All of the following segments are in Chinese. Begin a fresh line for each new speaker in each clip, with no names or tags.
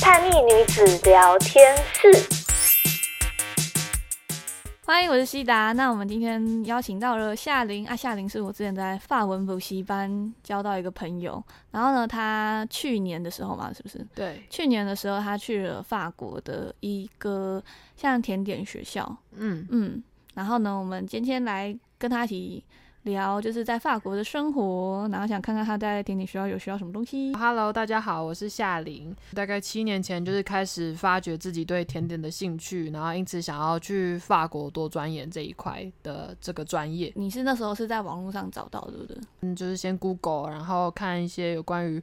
叛逆女子聊天室。
欢迎，我是西达。那我们今天邀请到了夏琳啊，夏琳是我之前在法文补习班交到一个朋友，然后呢，她去年的时候嘛，是不是？
对，
去年的时候，她去了法国的一个像甜点学校，
嗯，
嗯，然后呢，我们今天来跟她一起聊，就是在法国的生活，然后想看看她在甜点学校有学到什么东西。
Hello，大家好，我是夏琳。大概七年前就是开始发掘自己对甜点的兴趣，然后因此想要去法国多钻研这一块的这个专业。
你是那时候是在网络上找到，对不对？
嗯，就是先 Google，然后看一些有关于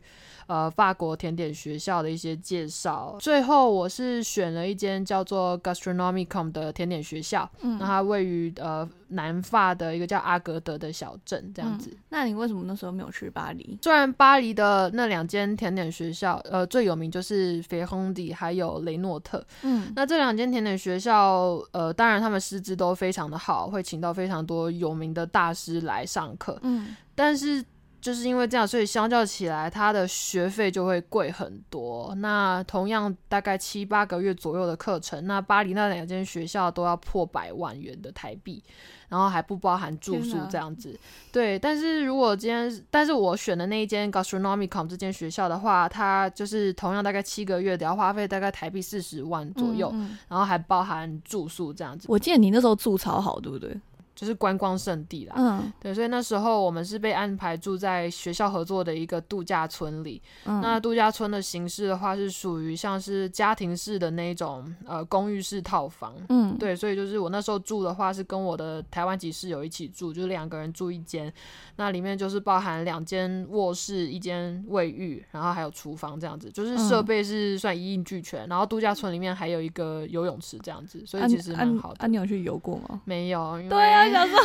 呃法国甜点学校的一些介绍。最后我是选了一间叫做 Gastronomicom 的甜点学校，那
嗯，
它位于呃南法的一个叫阿格德的小镇，这样子。
嗯那你为什么那时候没有去巴黎？
虽然巴黎的那两间甜点学校，呃，最有名就是肥烘迪还有雷诺特。
嗯
那这两间甜点学校，呃，当然他们师资都非常的好，会请到非常多有名的大师来上课。
嗯
但是就是因为这样，所以相较起来，它的学费就会贵很多。那同样大概七八个月左右的课程，那巴黎那两间学校都要破百万元的台币，然后还不包含住宿
天哪
这样子。对，但是如果今天，但是我选的那一间 Gastronomicom 这间学校的话，它就是同样大概七个月，得要花费大概台币四十万左右，
嗯嗯
然后还包含住宿这样子，
我记得你那时候住超好，对不对？
就是观光胜地啦。
嗯，
对，所以那时候我们是被安排住在学校合作的一个度假村里。
嗯
那度假村的形式的话，是属于像是家庭式的那种呃公寓式套房。
嗯，
对，所以就是我那时候住的话，是跟我的台湾籍室友一起住，就是两个人住一间，那里面就是包含两间卧室、一间卫浴，然后还有厨房这样子，就是设
嗯
备是算一应俱全。然后度假村里面还有一个游泳池这样子，所
啊，
以其实
啊
蛮好的。
啊，你有去游过吗？
没有，因
对啊，
为
想说，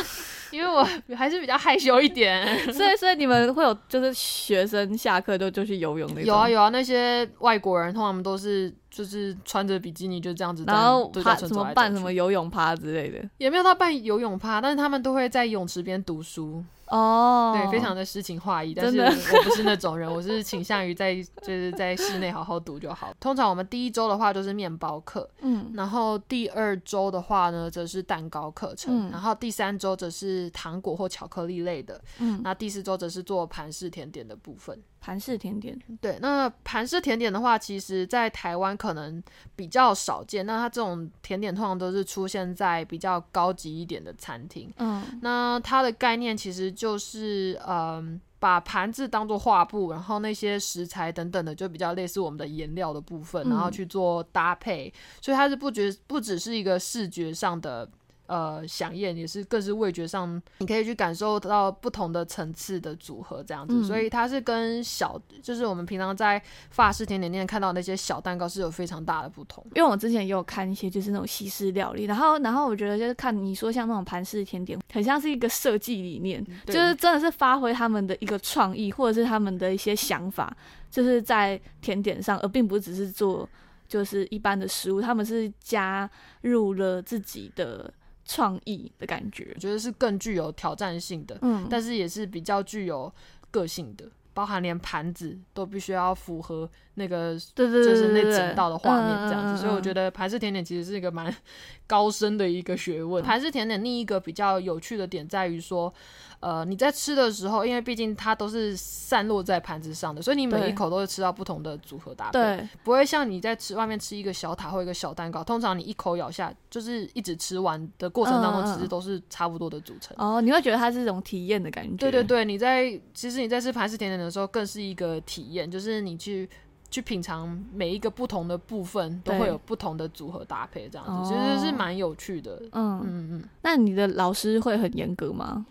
因为我还是比较害羞一点。
所以所以你们会有就是学生下课就就去游泳那种，
有啊有啊，那些外国人通常都是就是穿着比基尼就这样子在，
然后
对
趴
在村
什
走来
么
走
办
去
什么游泳趴之类的。
也没有到办游泳趴，但是他们都会在泳池边读书，
哦，
对，非常的诗情画意。但
真
是
的
我我不是那种人，我是倾向于在就是在室内好好读就好。通常我们第一周的话就是面包课，
嗯
然后第二周的话呢则是蛋糕课程，
嗯
然后第三周则是糖果或巧克力类的，
嗯，
那第四周则是做盘式甜点的部分。
盘式甜点，
对，那盘式甜点的话，其实在台湾可能比较少见。那它这种甜点通常都是出现在比较高级一点的餐厅。
嗯
那它的概念其实就是，嗯，把盘子当做画布，然后那些食材等等的，就比较类似我们的颜料的部分，然后
嗯
去做搭配。所以它是不觉不只是一个视觉上的。呃，响艳也是，更是味觉上，你可以去感受到不同的层次的组合，这样子。
嗯
所以它是跟小，就是我们平常在法式甜点店看到的那些小蛋糕是有非常大的不同。
因为我之前也有看一些就是那种西式料理，然后然后我觉得就是看你说像那种盘式甜点，很像是一个设计理念，就
对
是真的是发挥他们的一个创意或者是他们的一些想法，就是在甜点上，而并不只是做就是一般的食物，他们是加入了自己的创意的感觉
我。觉得是更具有挑战性的。
嗯，
但是也是比较具有个性的，包含连盘子都必须要符合那个
对对对
就是
对对
那
嗯对
景道的画面这样子。所以我觉
得，
得盘式甜点其实是一个蛮 高深的一个学问。
嗯
盘式甜点另一个比较有趣的点在于说，呃，你在吃的时候，因为毕竟它都是散落在盘子上的，所以你每
对
一口都会吃到不同的组合搭配。
对，
不会像你在吃外面吃一个小塔或一个小蛋糕，通常你一口咬下，就是一直吃完的过程
嗯
当
嗯
中，
嗯
其实都是差不多的组成。
哦，你会觉得它是一种体验的感觉。
对对对，你在其实你在吃盘式甜点的时候，更是一个体验，就是你去去品尝每一个不同的部分，都
对
会有不同的组合搭配，这样子其
哦
实是蛮有趣的。
嗯，
嗯嗯，
那你的老师会很严格吗？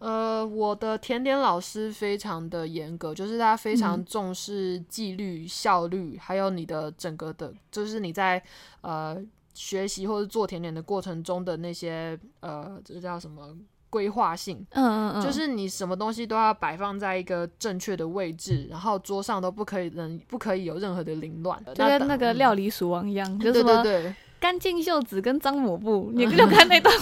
呃，我的甜点老师非常的严格，就是他非常
嗯
重视纪律、效率，还有你的整个的，就是你在呃学习或者做甜点的过程中的那些呃，这叫什么规划性？
嗯嗯嗯，
就是你什么东西都要摆放在一个正确的位置，然后桌上都不可以人不可以有任何的凌乱。
就跟那个料
理，
理鼠王一样，就
对
是
对
什么
对
干净袖子跟脏抹布，你 就看那段。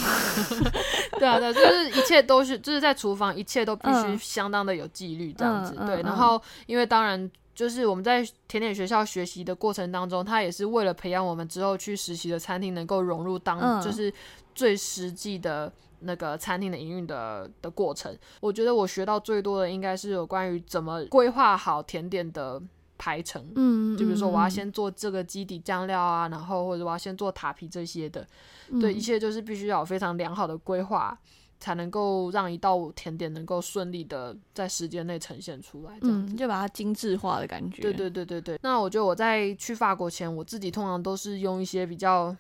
对啊对啊，就是一切都是就是在厨房，一切都必须
嗯
相当的有纪律这样子。
嗯嗯
对，
嗯
然后因为当然就是我们在甜点学校学习的过程当中，它也是为了培养我们之后去实习的餐厅能够融入当、
嗯
就是最实际的那个餐厅的营运的的过程。我觉得我学到最多的应该是有关于怎么规划好甜点的排程。
嗯，
就比如说，
嗯
我要
嗯
先做这个基底酱料啊，然后或者我要先做塔皮这些的，
嗯
对，一切就是必须要有非常良好的规划，才能够让一道甜点能够顺利的在时间内呈现出来。这样子，
嗯，就把它精致化的感觉。
对对对对对。那我觉得我在去法国前，我自己通常都是用一些比较，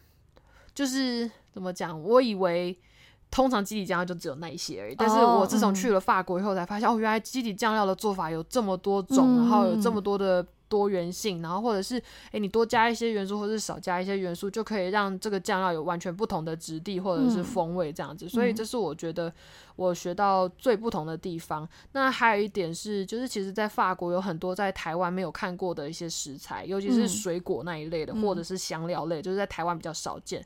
就是怎么讲，我以为。通常基底酱料就只有那一些而已，但是
哦
我自从去了法国以后才发现，哦，原来基底酱料的做法有这么多种，然后有这
嗯
么多的多元性，然后或者是诶，你多加一些元素，或是少加一些元素，就可以让这个酱料有完全不同的质地或者是
嗯
风味这样子。所以
嗯
这是我觉得我学到最不同的地方。那还有一点是，就是其实，在法国有很多在台湾没有看过的一些食材，尤其是
嗯
水果那一类的，
嗯
或者是香料类，就是在台湾比较少见。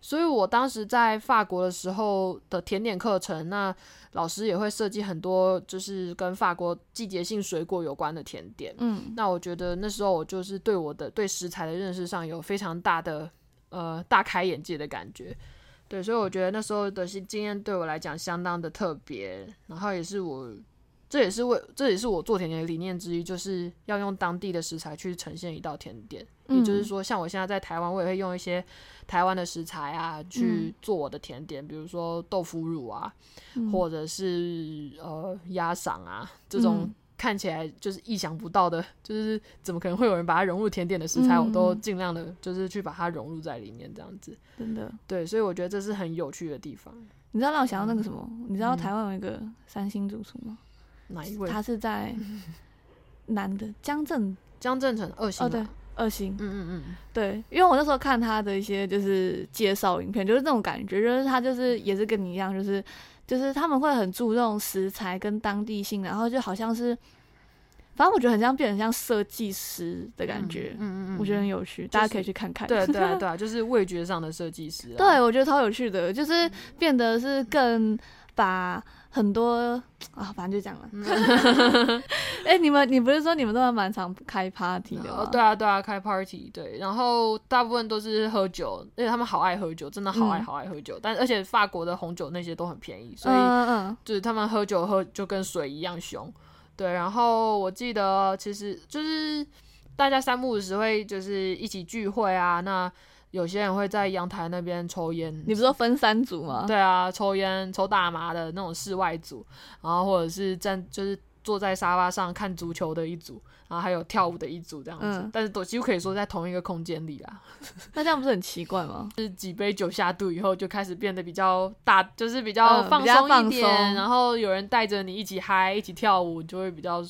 所以我当时在法国的时候的甜点课程，那老师也会设计很多就是跟法国季节性水果有关的甜点。
嗯，
那我觉得那时候我就是对我的对食材的认识上有非常大的呃大开眼界的感觉。对，所以我觉得那时候的经经验对我来讲相当的特别，然后也是我这也是为这也是我做甜点的理念之一，就是要用当地的食材去呈现一道甜点。也就是
嗯
说，像我现在在台湾，我也会用一些台湾的食材啊去
嗯
做我的甜点，比如说豆腐乳啊，
嗯
或者是呃鸭嗓啊这种
嗯
看起来就是意想不到的，就是怎么可能会有人把它融入甜点的食材，
嗯
我都
嗯
尽量的就是去把它融入在里面这样子。
真的，
对，所以我觉得这是很有趣的地方。
你知道让我想到那个什么？你知道
嗯
台湾有一个三星主厨吗？
哪一位？
他是 在男的江正
江正成二星、
哦，对，，二星。
嗯嗯嗯，
对，因为我那时候看他的一些就是介绍影片，就是那种感觉，就是他就是也是跟你一样，就是就是他们会很注重食材跟当地性，然后就好像是，反正我觉得很像变成像设计师的感觉，
嗯嗯嗯，
我觉得很有趣，大家可以去看看。
对对啊对啊，就是味觉上的设计师、啊。
对，我觉得超有趣的，就是变得是更把很多啊，反正就讲了。 哎、你们你不是说你们都还蛮常开 party 的吗？
哦，对啊，对啊，开 party，对，然后大部分都是喝酒，而且他们好爱喝酒，真的好爱
嗯
好爱喝酒。但而且法国的红酒那些都很便宜，所以
嗯嗯
就是他们喝酒喝就跟水一样凶。对，然后我记得其实就是大家三不五时会就是一起聚会啊，那有些人会在阳台那边抽烟，
你不是哦说分三组吗？
对啊，抽烟、抽大麻的那种室外组，然后或者是站就是坐在沙发上看足球的一组，然后还有跳舞的一组这样子，
嗯
但是都几乎可以说在同一个空间里啦。
那这样不是很奇怪吗？
就是几杯酒下肚以后，就开始变得比较大，就是比较
嗯
放
比较
松一
放
点，
松
然后有人带着你一起嗨、一起跳舞，就会比较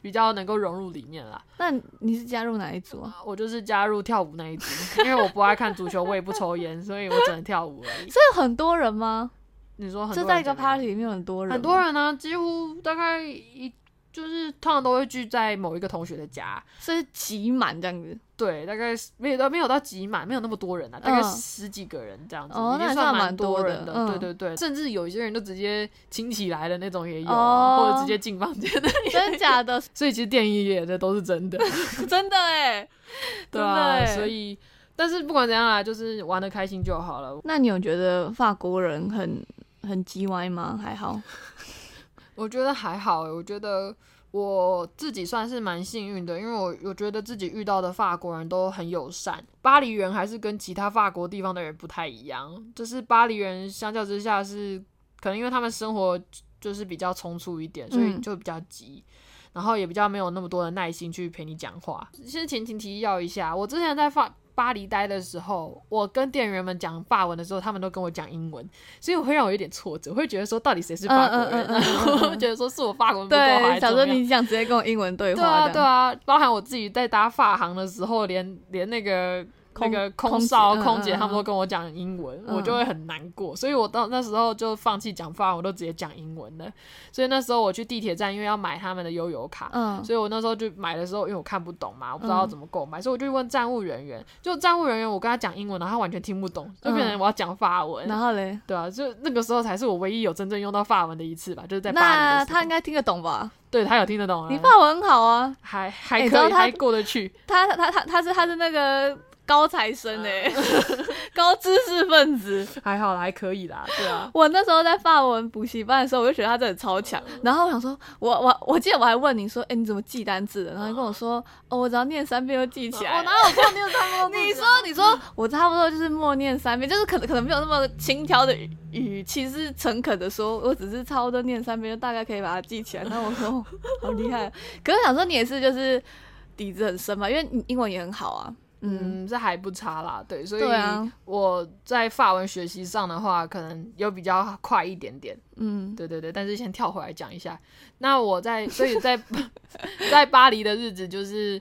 比较能够融入里面啦。
那你是加入哪一组啊？
我就是加入跳舞那一组，因为我不爱看足球，我也不抽烟，所以我只能跳舞而已。
这有很多人吗？
你说很多
就
人
在一个
怎么样
party 里面有很多人，
很多，人呢、几乎大概一就是通常都会聚在某一个同学的家，
所以挤满这样 子。
对，大概是没有到没有到挤满，没有那么多人啊，大概
嗯
十几个人这样子，
哦那
已经
还
算
算
蛮
蛮多
人的，
的嗯
对对对，甚至有一些人就直接亲起来的那种也有啊、
哦
或者直接进房间的，
真假的？
所以其实电影也这都是真的，
真的哎、
对
真
啊，
的欸
所以但是不管怎样啊，就是玩的开心就好了。
那你有觉得法国人很很叽歪吗？还好，
我觉得还好欸，我觉得我自己算是蛮幸运的，因为我我觉得自己遇到的法国人都很友善。巴黎人还是跟其他法国地方的人不太一样，就是巴黎人相较之下是可能因为他们生活就是比较匆促一点，所以
嗯
就比较急。然后也比较没有那么多的耐心去陪你讲话。先前情提要一下，我之前在法巴黎待的时候，我跟店员们讲法文的时候，他们都跟我讲英文，所以我会让我有点挫折，会觉得说到底谁是法国人，
嗯嗯嗯嗯 嗯嗯
然后觉得说是我法国人不够好
对，
还是
小时
怎么
候
样
你想直接跟我英文对
对
话
啊，
的，
对啊，包含我自己在搭发行的时候，连连那个
空
那个
空
空
姐
少、
嗯
空姐
嗯嗯
他们都跟我讲英文，
嗯
我就会很难过，所以我到那时候就放弃讲法文，我都直接讲英文了。所以那时候我去地铁站，因为要买他们的悠游卡，
嗯，
所以我那时候就买的时候，因为我看不懂嘛，我不知道
嗯
怎么购买，所以我就问站务人员，就站务人员我跟他讲英文，然后他完全听不懂，就变
嗯
成我要讲法文。
然后嘞，
对啊，就那个时候才是我唯一有真正用到法文的一次吧，就是在巴
那
黎的时候。
他应该听得懂吧？
对他有听得懂啊，
你法文很好啊，
还还
哎你知
可
道
以，
他
还过得去。
他他他他是他是那个高材生哎、
嗯
高知识分子。，
还好啦，还可以啦，对啊
我那时候在法文补习班的时候，我就觉得他真的超强。然后我想说，我我我记得我还问你说，哎、你怎么记单字的？然后你跟我说，哦，我只要念三遍就记起来了。
我哦哪有碰见他 们？
你说，你说，我差不多就是默念三遍，就是可能可能没有那么轻佻的语语气，是诚恳的说，我只是差不多念三遍，就大概可以把它记起来。然后我说，哦好厉害。可是想说你也是，就是底子很深嘛，因为你英文也很好啊。嗯，
嗯，这还不差啦，对，所以
对啊
我在法文学习上的话，可能有比较快一点点，
嗯，
对对对。但是先跳回来讲一下，那我在所以在 在巴黎的日子就是，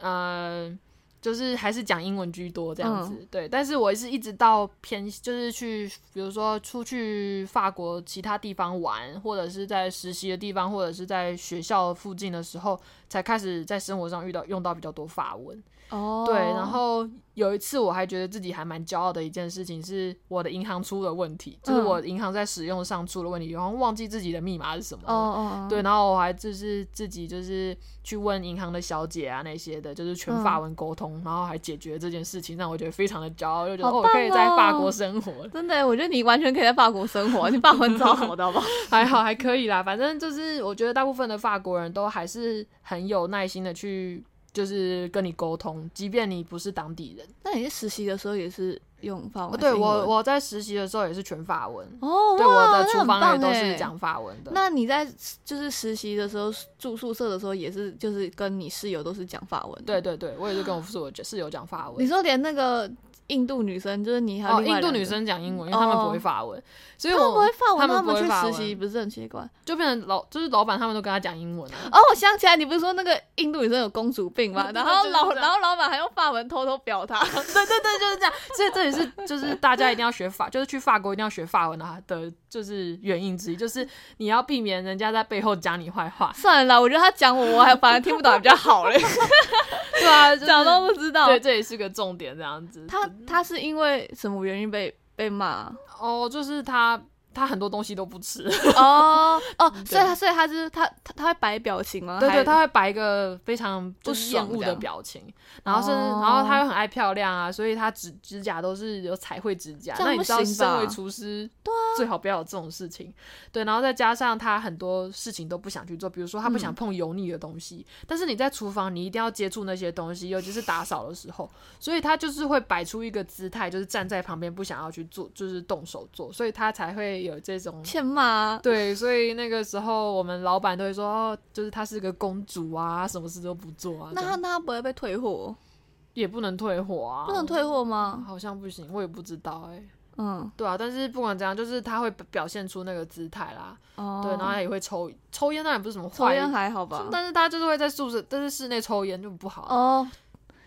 呃，就是还是讲英文居多这样子，对。但是我是一直到偏就是去，比如说出去法国其他地方玩，或者是在实习的地方，或者是在学校附近的时候，才开始在生活上遇到用到比较多法文。
哦，
对，然后有一次我还觉得自己还蛮骄傲的一件事情是我的银行出了问题，就是
嗯
我银行在使用上出了问题，然后忘记自己的密码是什么
哦
了。
哦，哦
对，，然后我还就是自己就是去问银行的小姐啊那些的，就是全
嗯
法文沟通，然后还解决这件事情，让我觉得非常的骄傲，就觉得
好
哦，我可以在
棒
法
哦
国生活，
真的，我觉得你完全可以在法国生 活，你法文超好的，好不好？
还好还可以啦。反正就是我觉得大部分的法国人都还是很有耐心的去就是跟你沟通，即便你不是当地人。
那你是实习的时候也是用法文还是
对
英文？
我我在实习的时候也是全法文，
哦，
对我
哇
的厨房也都
那很棒
是
哎
讲法文的。
那你在就是实习的时候住宿舍的时候，也是就是跟你室友都是讲法文的。
对，对对，我也是跟我室友室友讲法
你
文。
说连那个印度女生，就是你还有
哦，
另外
印度
两个
女，生讲英文，因为他们不会法文，所以
他们
我
不会法文，
哦他
那
们不会
他
法
们
文
去实习不是很奇怪？
就变成老就是老板他们都跟他讲英文啊。
哦，我想起来，你不是说那个印度女生有公主病吗？
对对
然
对
后
就是
老
这样
然后老板还用法文偷偷表她。。
对对对，就是这样。所以这也是就是大家一定要学法，就是去法国一定要学法文啊的，就是原因之一，就是你要避免人家在背后讲你坏 话
算了啦，我觉得他讲我，我还反而听不懂还比较好 嘞，
对 啊，就是
讲都不知道。
对，这也是个重点，这样子。
他他是因为什么原因被被骂？
哦，就是他他很多东西都不吃。
哦哦，所以他所以他就是他他他会摆表情吗？
对
还
对，他会摆一个非常就
不
是
爽
厌
这
恶的
样哦
表情，然后甚至、然后他又很爱漂亮啊，所以他指指甲都是有彩绘指甲。
这样
那你
不
知道，
行
身为
吧
厨师，对啊，最好不要有这种事情。对，然后再加上他很多事情都不想去做，比如说他不想
嗯
碰油腻的东西，但是你在厨房你一定要接触那些东西，尤其是打扫的时候，所以他就是会摆出一个姿态，就是站在旁边不想要去做，就是动手做，所以他才会有这种
欠骂 啊。
对，所以那个时候我们老板都会说，哦，就是她是个公主啊，什么事都不做啊，
那
这
他
样
那他不会被退货？
也不能退货啊，
不能退货吗？
好像不行，我也不知道哎、
嗯，
对啊，但是不管怎样，就是她会表现出那个姿态啦，
哦，
对，然后她也会抽抽烟，当啊然不是什么
抽
坏
烟还好吧？
但是她就是会在宿舍，但是室内抽烟就不好、啊，
哦，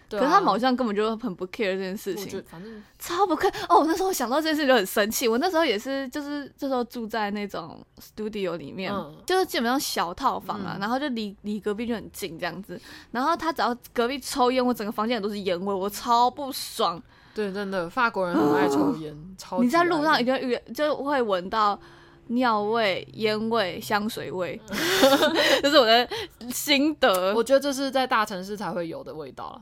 对
可
啊、
是他们好像根本就很不 care 这件事
我觉
情
得，反正
超不 care。哦，我那时候想到这件事就很生气。我那时候也是，就是这时候住在那种 studio 里面，
嗯
就是基本上小套房啊，
嗯
然后就离离隔壁就很近这样子。然后他只要隔壁抽烟，我整个房间里都是烟味，我超不爽。
对，真的法国人很爱抽 烟，超
你在
级
路
爱
上
的
一定会遇，就会闻到尿味、烟味、香水味， 这是我的心得
嗯我。觉得这是在大城市才会有的味道了。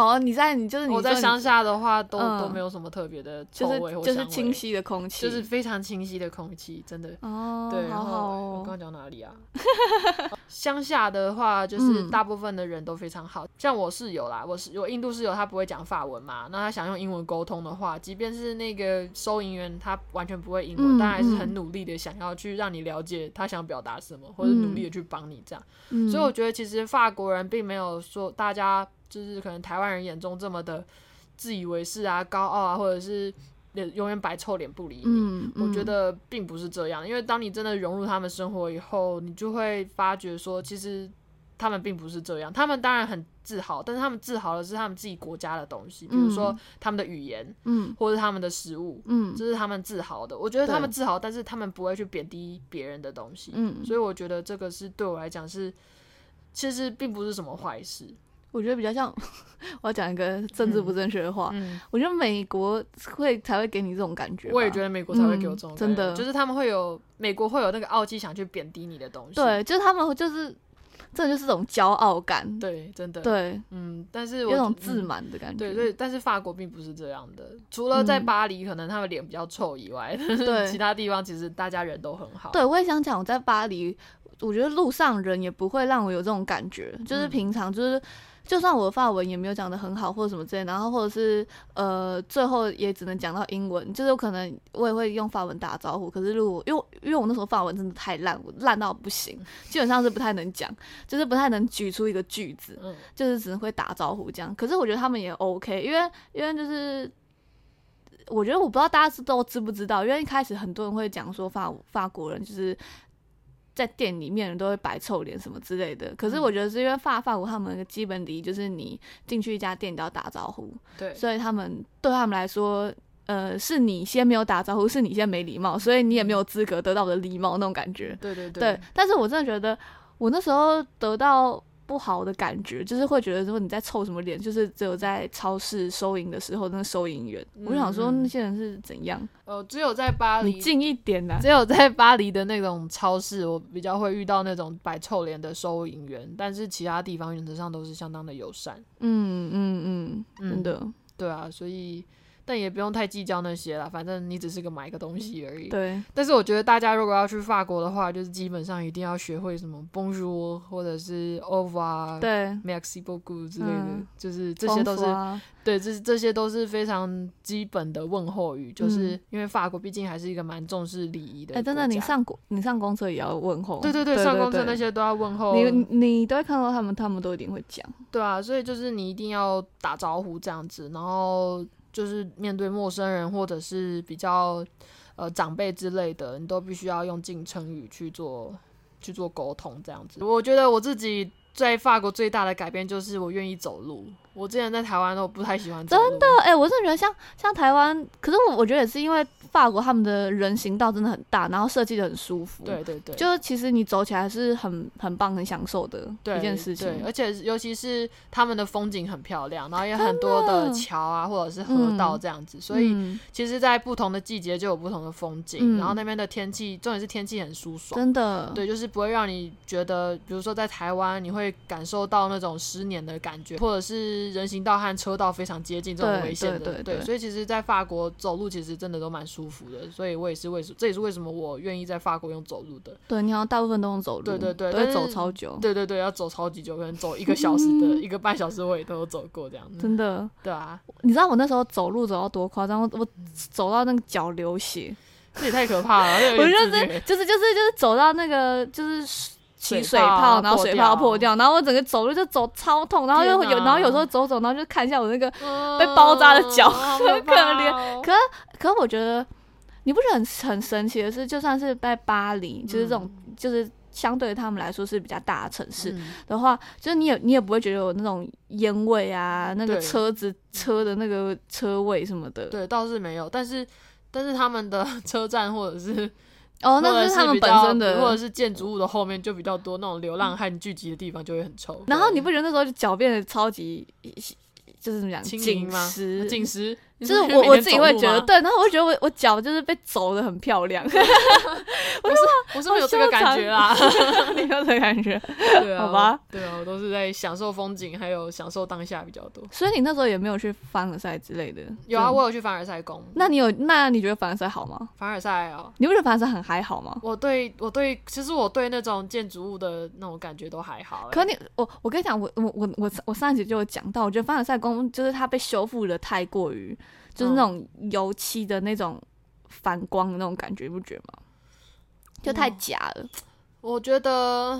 哦，你在你就是你
我在
说你
乡下的话都，都、
嗯
没有什么特别的臭
就是
味或
就
香
是
味
清，晰的空气，
就是非常清晰的空气，真的。
哦，
对，然
好好
后我刚
哦，
刚讲哪里啊？ 乡下的话，就是
嗯
大部分的人都非常好，像我室友啦，我是我印度室友，他不会讲法文嘛，那他想用英文沟通的话，即便是那个收银员，他完全不会英文，
嗯
但还是
嗯
很努力的想要去让你了解他想表达什么，或者努力的去帮你这样。
嗯
所以我觉得其实法国人并没有说大家就是可能台湾人眼中这么的自以为是啊、高傲啊，或者是脸永远摆臭脸不理你。
嗯，
我觉
嗯
得并不是这样，因为当你真的融入他们生活以后，你就会发觉说，其实他们并不是这样，他们当然很自豪，但是他们自豪的是他们自己国家的东西，比如说
嗯
他们的语言
嗯
或者他们的食物，
嗯
这是他们自豪的。我觉得他们
对
自豪，但是他们不会去贬低别人的东西，
嗯，
所以我觉得这个是对我来讲是其实并不是什么坏事。
我觉得比较像 我要讲一个政治不正确的话，
嗯，
我觉得美国会才会给你这种感觉吧，
我也觉得美国才会给我这种
嗯
感觉
真的
就是他们会有美国会有那个傲气，想去贬低你的东西。
对，就是他们就是这就是种骄傲感，
对，真的，
对，
嗯，但是我
有种
觉
自
嗯
满的感觉，
对对，但是法国并不是这样的，除了在
嗯
巴黎，可能他们脸比较臭以外，但是
对
其他地方其实大家人都很好。
对，我也想讲，我在巴黎，我觉得路上人也不会让我有这种感觉，就是
嗯
平常就是。就算我的法文也没有讲的很好，或者什么之类，然后或者是呃，最后也只能讲到英文，就是有可能我也会用法文打招呼。可是如果因为因为我那时候法文真的太烂，我烂到不行，基本上是不太能讲，就是不太能举出一个句子，
嗯，
就是只能会打招呼这样。可是我觉得他们也 OK，因为因为就是我觉得我不知道大家知都知不知道，因为一开始很多人会讲说法法国人就是。在店里面人都会摆臭脸什么之类的，可是我觉得是因为法法国他们的基本礼仪就是你进去一家店你都要打招呼，
对，
所以他们对他们来说，呃，是你先没有打招呼，是你先没礼貌，所以你也没有资格得到我的礼貌那种感觉。
对对对
对，但是我真的觉得我那时候得到不好的感觉，就是会觉得说你在臭什么脸，就是只有在超市收银的时候，那个收银员，我就想说
嗯
那些人是怎样，
呃，只有在巴
你
黎，
近一点啦、
只有在巴黎的那种超市，我比较会遇到那种摆臭脸的收银员，但是其他地方原则上都是相当的友善。
嗯嗯嗯，真的，
对啊，所以但也不用太计较那些啦，反正你只是个买个东西而已。
对，
但是我觉得大家如果要去法国的话，就是基本上一定要学会什么 Bonjour 或者是 Au revoir、
对，
Merci beaucoup 之类的，
嗯
就是嗯这些都是
丰富啊
对，这这些都是非常基本的问候语，就是因为法国毕竟还是一个蛮重视礼仪的
嗯哎、
国家。
真的，你上公你上公车也要问候，
对对对，上公车那。些哦都要问候，嗯
你你都会看到他们，他们都一定会讲。
对啊，所以就是你一定要打招呼这样子，然后就是面对陌生人或者是比较呃长辈之类的，你都必须要用敬称语去做去做沟通这样子。我觉得我自己在法国最大的改变就是我愿意走路。我之前在台湾我不太喜欢走路，真的
哎、我真的觉得像像台湾，可是我我觉得也是因为法国他们的人行道真的很大，然后设计的很舒服。
对对对，
就其实你走起来是很很棒、很享受的
对
一件事情
对，。而且尤其是他们的风景很漂亮，然后也很多的桥啊或者是河道这样子，所以
嗯
其实，在不同的季节就有不同的风景，
嗯
然后那边的天气，重点是天气很舒爽。
真的，
对，就是不会让你觉得，比如说在台湾，你会感受到那种失黏的感觉，或者是人行道和车道非常接近这种
对
危险的。
对对对
所以其实，在法国走路其实真的都蛮舒服的，所以我也是为什，这也是为什么我愿意在法国用走路的。
对，你好像大部分都用走路，
对对对
都会
但是
走超久，
对对对，要走超级久，可能走一个小时的、一个半小时，我也都有走过这样子。
嗯真的。
对啊，
你知道我那时候走路走到多夸张？我我走到那个脚流血，
这也太可怕了，这
我
有
就
点
是
自虐
就是就是就是走到那个就是起水
水泡
泡，
啊
然后
破
水
掉
泡破掉，然后我整个走路就走超痛，然后又
天
有
哪
然后有时候走走，然后就看一下我那个
嗯
被包扎的脚
好
很可
怕
怜
哦
可可我觉得你不觉得很很神奇的是，就算是在巴黎，就是这种、就是相对他们来说是比较大的城市、
嗯
的话，就是你也你也不会觉得有那种烟味啊，那个
对
车子车的那个车位什么的。
对，倒是没有，但是但是他们的 车站或者是
哦，
或
那
者
是
是
他们
比
本
较
身的。
或者是建筑物的后面就比较多那种流浪汉聚集的地方，就会很臭。
然后
对
你不觉得那时候脚变得超级，就是怎么讲，
清
紧
明吗？啊
实，
紧实，你
就是
每
我我
天
自己
走
会
路
觉得
吗，
对，然后我就觉得我我脚就是被走的很漂 亮，
我是没有这
好
个
羞
感 觉啦。
你有这个感觉？
对啊，
好吧，
对啊，我都是在享受风景，还有享受当下比较多。
所以你那时候也没有去凡尔赛之类的？
有啊，
嗯
我有去凡尔赛宫。
那你有那你觉得凡尔赛好吗？
凡尔赛哦，
你不觉得凡尔赛很还好吗？
我对我对，其实我对那种建筑物的那种感觉都还好欸、
可你我我跟你讲，我我我我我上一集就有讲到，我觉得凡尔赛宫就是它被修复的太过于就是
嗯
那种油漆的那种反光的那种感觉，你不觉得吗？就太
嗯
假了。
我觉得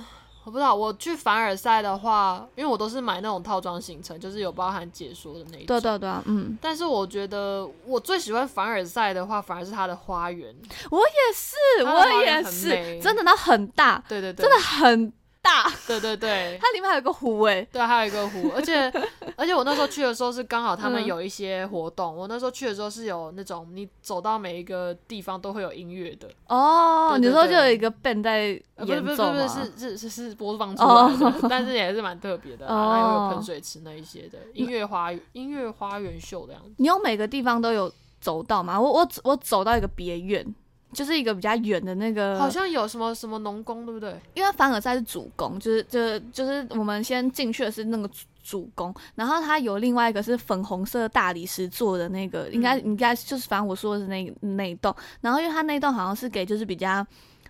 我不知道，我去凡尔赛的话，因为我都是买那种套装行程，就是有包含解说的那一种。
对对对啊，嗯，
但是我觉得我最喜欢凡尔赛的话，反而是它的花园。
我也是，
它的花
我
园
也
很
是，
美
真的，它很大，
对对对，
真的很大，
对对对，
它里面还有个湖哎、
对，还有一个 湖，而且而且我那时候去的时候是刚好他
嗯
们有一些活动，我那时候去的时候是有那种你走到每一个地方都会有音乐的，
哦，
对对
你说
对
就有一个 band 在
呃、不是不
演
是不
奏
是
吗？
是是是是播放出来的， 但是也是蛮特别的啦，然后有
哦
喷水池那一些的音乐花音乐花园秀的样子。
你有每个地方都有走到吗？我我我走到一个别院，就是一个比较远的那个，
好像有什么什么农工，对不对？
因为凡尔赛是主攻，就是就是就是我们先进去的是那个主主攻，然后它有另外一个是粉红色大理石做的那个，应该应该就是反正我说的是那那一栋，然后因为它那一栋好像是给就是比较。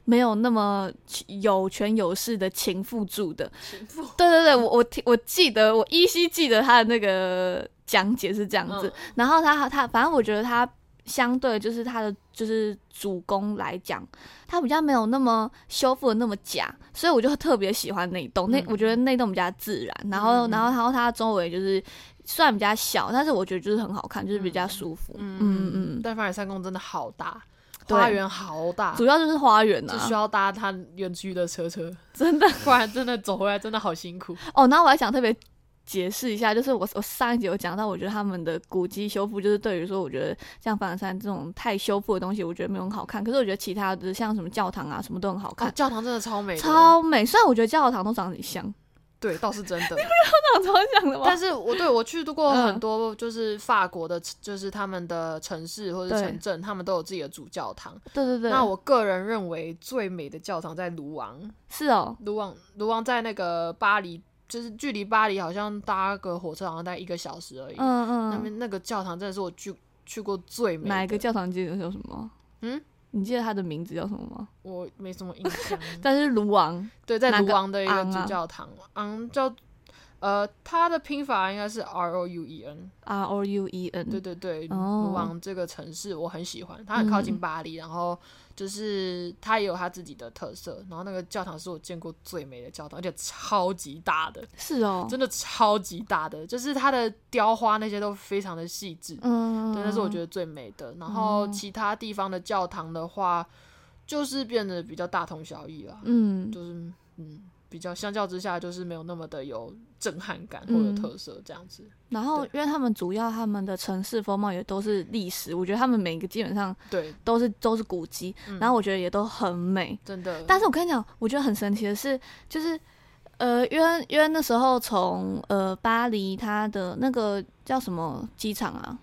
没有那么有权有势的情妇住的，
情妇
对对对，我我听我记得我依稀记得他的那个讲解是这样子，然后他他反正我觉得他相对就是他的就是主攻来讲，他比较没有那么修复的那么假，所以我就特别喜欢那一栋，那
嗯
我觉得那栋比较自然，然后
嗯嗯
然后然后它周围就是虽然比较小，但是我觉得就是很好看，就是比较舒服，嗯嗯嗯，
但凡尔赛宫真的好大，
对
花园好大，
主要就是花园
只需
啊，
要搭他园区的车车，
真的
不然真的走回来真的好辛苦。
哦，然后我还想特别解释一下，就是我我上一集有讲到，我觉得他们的古迹修复，就是对于说，我觉得像凡尔赛这种太修复的东西，我觉得没有很好看。可是我觉得其他的像什么教堂啊，什么都很好
哦
看，，
教堂真的超美的，
超美。虽然我觉得教堂都长得很像，
对，倒是真 的。
长得超像的吗？
但是我对我去过
嗯
很多，就是法国的，就是他们的城市或者
对
城镇，他们都有自己的主教堂。
对对对，
那我个人认为最美的教堂在卢昂，
是哦，
卢昂，卢昂在那个巴黎，就是距离巴黎好像搭个火车好像待一个小时而已。
嗯
那
嗯，
边那个教堂真的是我去去过最美的。
哪一个教堂记得叫什么？
嗯，
你记得它的名字叫什么吗？
我没什么 印象。
但是卢昂，
对，在
哪
卢
个
昂的一个
昂
主
啊
教堂，昂叫呃，它的拼法应该是 R O U E N。
R O U E N，
对对对，
哦
卢昂这个城市我很喜欢，它很靠近
嗯
巴黎，然后就是它也有它自己的特色，然后那个教堂是我见过最美的教堂，而且超级大的，
是哦，
真的超级大的，就是它的雕花那些都非常的细致，
嗯，
对，那是我觉得最美的。然后
哦
其他地方的教堂的话，就是变得比较大同小异啦，
嗯，
就是嗯。比较相较之下，就是没有那么的有震撼感或
嗯
者特色这样子。
然后，
对
因为他们主要他们的城市风貌也都是历史，我觉得他们每个基本上
对，
都是都是古迹，
嗯
然后我觉得也都很美。
真的。
但是我跟你讲，我觉得很神奇的是，就是呃，因为因为那时候从呃巴黎，它的那个叫什么机场啊，
嗯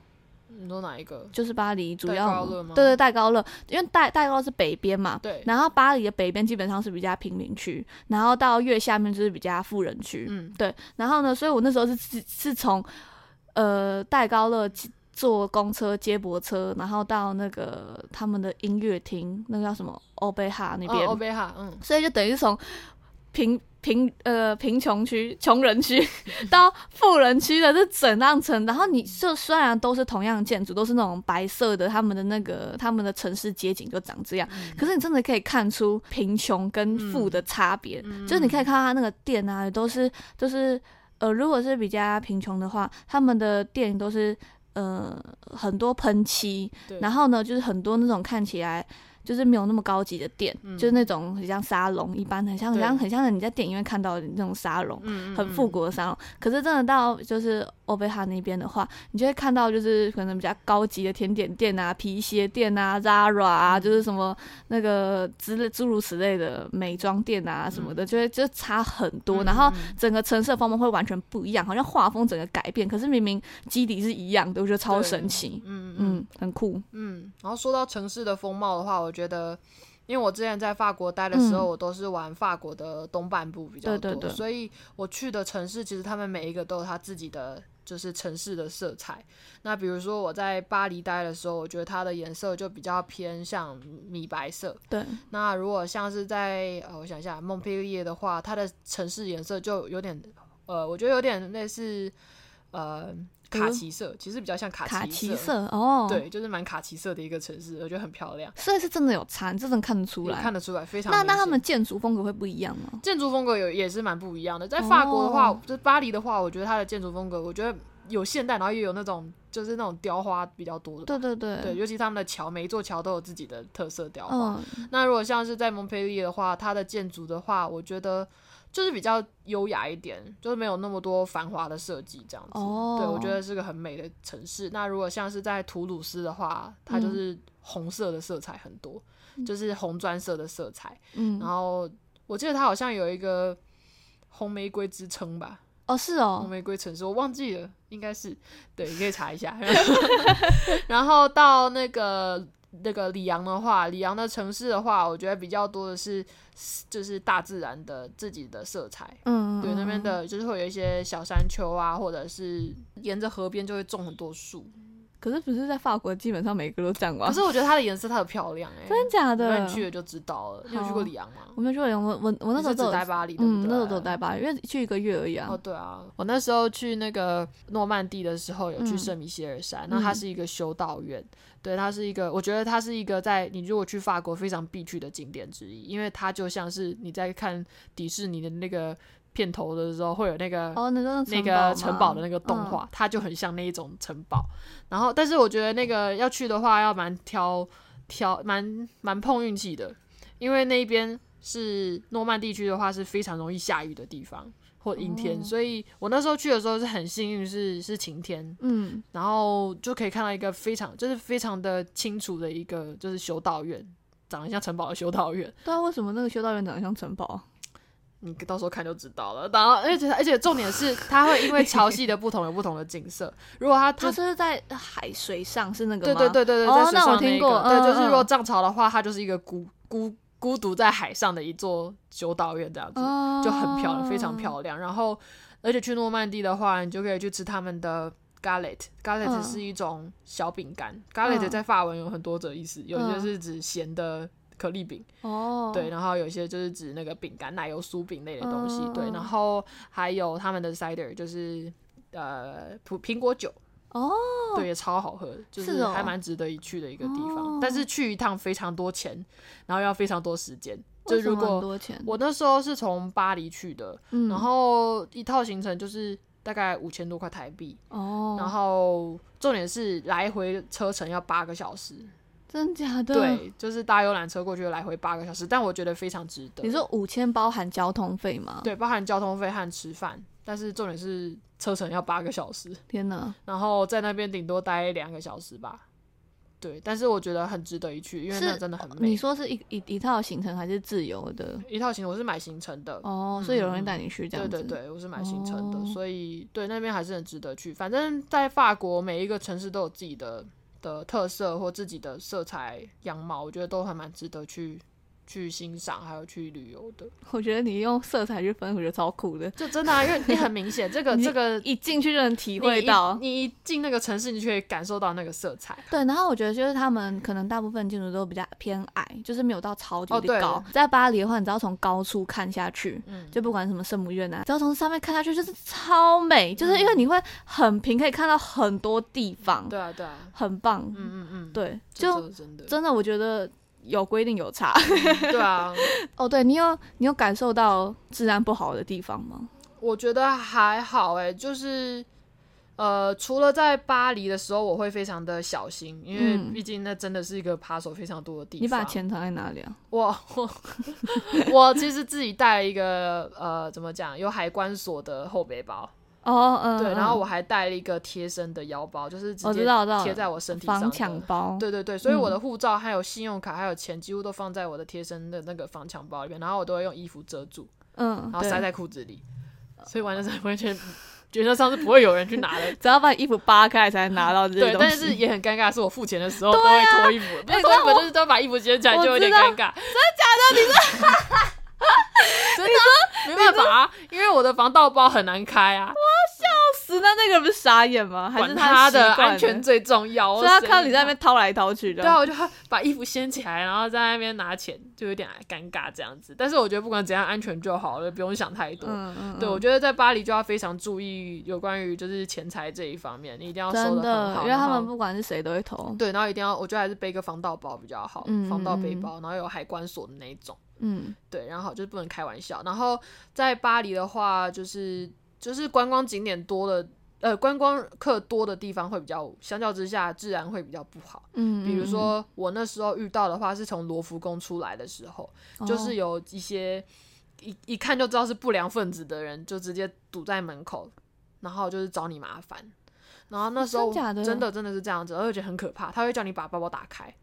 你说哪一个？
就是巴黎主
戴
要
高乐吗
对对戴高乐，因为戴戴高乐是北边嘛，
对，
然后巴黎的北边基本上是比较贫民区，然后到越下面就是比较富人区，
嗯，
对，然后呢，所以我那时候是是是从呃戴高乐接坐公车接驳车，然后到那个他们的音乐厅，那个叫什么欧贝哈那边，
哦、欧贝哈，嗯，
所以就等于是从贫贫呃贫穷区、穷人区到富人区的这整趟城，然后你就虽然都是同样的建筑，都是那种白色的，他们的那个他们的城市街景就长这样，可是你真的可以看出贫穷跟富的差别，
嗯
就是你可以看到他那个店啊，也都是都是呃，如果是比较贫穷的话，他们的店都是。呃，很多喷漆，
嗯对，
然
后
后呢，就是很多那种看起来就是没有那么高级的店，
嗯
就是那种很像沙龙一般，很像很
对
像很像你在电影院看到的那种沙龙，
嗯，嗯
很复，古的沙龙。可是真的到就是欧贝哈那边的话，你就会看到就是可能比较高级的甜点店啊、皮鞋店啊、Zara 啊，
嗯
就是什么那个之类诸如此类的美妆店啊什么的，就会就差很多。
嗯
然后
嗯
整个城市的风貌会完全不一样，好像画风整个改变，可是明明基底是一样的，我觉得超
对
神奇。
嗯嗯
嗯，很酷。
嗯。然后说到城市的风貌的话，我觉得。因为我之前在法国待的时候，
嗯
我都是玩法国的东半部比较多，
对对对
所以我去的城市其实他们每一个都有他自己的就是城市的色彩。那比如说我在巴黎待的时候，我觉得它的颜色就比较偏向米白色，
对，
那如果像是在呃，我想一下，蒙彼利耶的话，它的城市颜色就有点呃，我觉得有点类似呃卡其色，其实比较像卡
卡
其
其，色哦，，
对，就是蛮卡其色的一个城市，我觉得很漂亮，
所以是真的有差，你这真的看得出
也
来
看。得出来非常
那
明显。
那他们建筑风格会不一样吗？
建筑风格有也是蛮不一样的，在法国的话，
哦
就巴黎的话，我觉得它的建筑风格，我觉得有现代，然后也有那种就是那种雕花比较多的。
对对对，
对，尤其他们的桥，每一座桥都有自己的特色雕花。
嗯，
那如果像是在蒙培利的话，它的建筑的话，我觉得
就是比较优雅一点，就是没有那么多繁华的设计这样子。
哦
对，我觉得是个很美的城市。那如果像是在图鲁斯的话，它
嗯
就是红色的色彩很多，就是红砖色的色彩。然
嗯，
后我记得它好像有一个红玫瑰之称吧，
哦是
红
哦，
玫瑰城市，我忘记了，应该是对，你可以查一 下。 然后然后到那个那个里昂的话，里昂的城市的话，我觉得比较多的是就是大自然的自己的色彩。
嗯，
对，那边
嗯
的就是会有一些小山丘啊，或者是沿着河边就会种很多树。
嗯可是不是在法国基本上每个都这样吗
可？是我觉得它的颜色特别漂亮哎、
真的假
那
的
你？去了就知道了。你有去过里昂吗？
我没有去过里昂，我我我那
你
时候
是
都
只
有
待巴黎，对不
嗯，
对
那时候都有待巴黎，因为去一个月而已啊
哦，。对啊，
我那时候去那个诺曼底的时候，有去
嗯
圣米歇尔山，
嗯
那它是一个修道院，对，它是一个，我觉得它是一个在你如果去法国非常必去的景点之一，因为它就像是你在看迪士尼的那个片头的时候，会有那个
哦，那个
那个城堡的那个动
嗯
画，它就很像那一种城堡。然后，但是我觉得那个要去的话，要蛮挑挑蛮蛮碰运气的，因为那边是诺曼地区的话是非常容易下雨的地方或阴天，
哦
所以我那时候去的时候是很幸运是是晴天，
嗯，
然后就可以看到一个非常就是非常的清楚的一个就是修道院，长得像城堡的修道院。
对啊，为什么那个修道院长得像城堡啊？
你到时候看就知道了。然后，而且而且重点是，它会因为潮汐的不同有不同的景色。如果它就
它是在海水上是那个
对
吗？
对对对对，
哦
在水
那
上
我
那
听
一
过
个对，就是
嗯
如果
嗯
涨潮的话，它就是一个孤孤孤独在海上的一座修道院这样子，
哦，
就很漂亮，非常漂亮。然后，而且去诺曼底的话，你就可以去吃他们的。
嗯
galette，galette 是一种小饼干、g a l e t t e
嗯
在法文有很多种意思，有些
嗯
是指咸的可丽饼，
哦，
对，，然后有些就是指那个饼干、奶油酥饼类的东西，对，
嗯嗯
然后还有他们的 cider，就是呃葡苹果酒，
哦，
对，也超好喝，就是是
哦
还蛮值得一去的一个地方。
哦
但是去一趟非常多钱，然后要非常多时间。就
为什
如
么很
果
多钱，
我那时候是从巴黎去的，
嗯
然后一套行程就是大概五千多块台币，
哦，
然后重点是来回车程要八个小时，
真假的？，
对，就是搭游览车过去来回八个小时，但我觉得非常值得。
你说五千包含交通费吗？，
对，包含交通费和吃饭，但是重点是车程要八个小时，
天哪，
然后在那边顶多待两个小时吧。对，但是我觉得很值得一去，因为
是哦
那真的很美。
你说是一一一套行程还是自由的？
一套行，我是买行程的。
哦，所以有人会带你去这
对
样子，
对对，我是买行程的，
哦
所以对那边还是很值得去。反正，在法国每一个城市都有自己的的特色或自己的色彩样貌，我觉得都还蛮值得去去欣赏，还有去旅游的。
我觉得你用色彩去分，我觉得超酷的，
就真的、啊，因为你很明显，这 个
你
这个
一进去就能体
你
会
一
到。
你一进那个城市，你就可以感受到那个色彩。
对，然后我觉得就是他们可能大部分建筑都比较偏矮，就是没有到超级
哦对
的高。在巴黎的话，你只要从高处看下去，
嗯
就不管什么圣母院啊，只要从上面看下去，就是超美，就是因为你会很平，可以看到很多地方，
对啊，对啊，
很棒。
嗯嗯嗯，
对，
这
就
这真的，
真的我觉得有规定有差。
对啊，
哦，对你有你有感受到治安不好的地方吗？
我觉得还好哎、就是呃，除了在巴黎的时候，我会非常的小心，因为
嗯
毕竟那真的是一个扒手非常多的地方。
你把钱藏在哪里啊？
我我 我其实自己带了一个呃，怎么讲，有海关锁的后背包，
哦，嗯，
对，
嗯
然后我还带了一个贴身的腰包，就是直
我
接
知道，我知道，
贴在我身体上
防
的
抢包，
对对对，所以我
嗯
的护照、还有信用卡、还有钱，几乎都放在我的贴身的那个防抢包里面，然后我都会用衣服遮住，
嗯，
然后
对
塞在裤子里，所以完全是完全觉得上是不会有人去拿
。
的
只要把衣服扒开才能拿到这些
对，
东
但
西。啊
是也很尴尬，是我付钱的时候都会脱 衣服，不是脱衣服就是都把衣服掀起来，
我
就有点
知道
尴尬。 真的假的？你这真的啊没办法啊，因为我的防盗包很难开啊，
死那那个人不是傻眼吗？还
管
是
他
习惯
的
了
安全，最重要。
所以他
谁
看到你在那边掏来掏去的。
对啊，我就 把衣服掀起来，然后在那边拿钱，就有点尴尬这样子。但是我觉得不管怎样，安全就好了，不用想太多。
嗯嗯，
对，我觉得在巴黎就要非常注意有关于就是钱财这一方面，你一定要收
真
的很
的，
好。
因为他
然后
们不管是谁都会投。
对，然后一定要，我觉得还是背个防盗包比较好，
嗯
防盗背
嗯嗯
包，然后有海关锁的那一种。
嗯，
对，然后就是不能开玩笑。然后在巴黎的话，就是就是观光景点多的，呃，观光客多的地方会比较，相较之下治安会比较不好。
嗯，
比如说我那时候遇到的话，是从罗浮宫出来的时候，
嗯
就是有一些一一看就知道是不良分子的人，就直接堵在门口，然后就是找你麻烦。然后那时候
哦真假的
真的真的是这样子，而且很可怕，他会叫你把包包打开，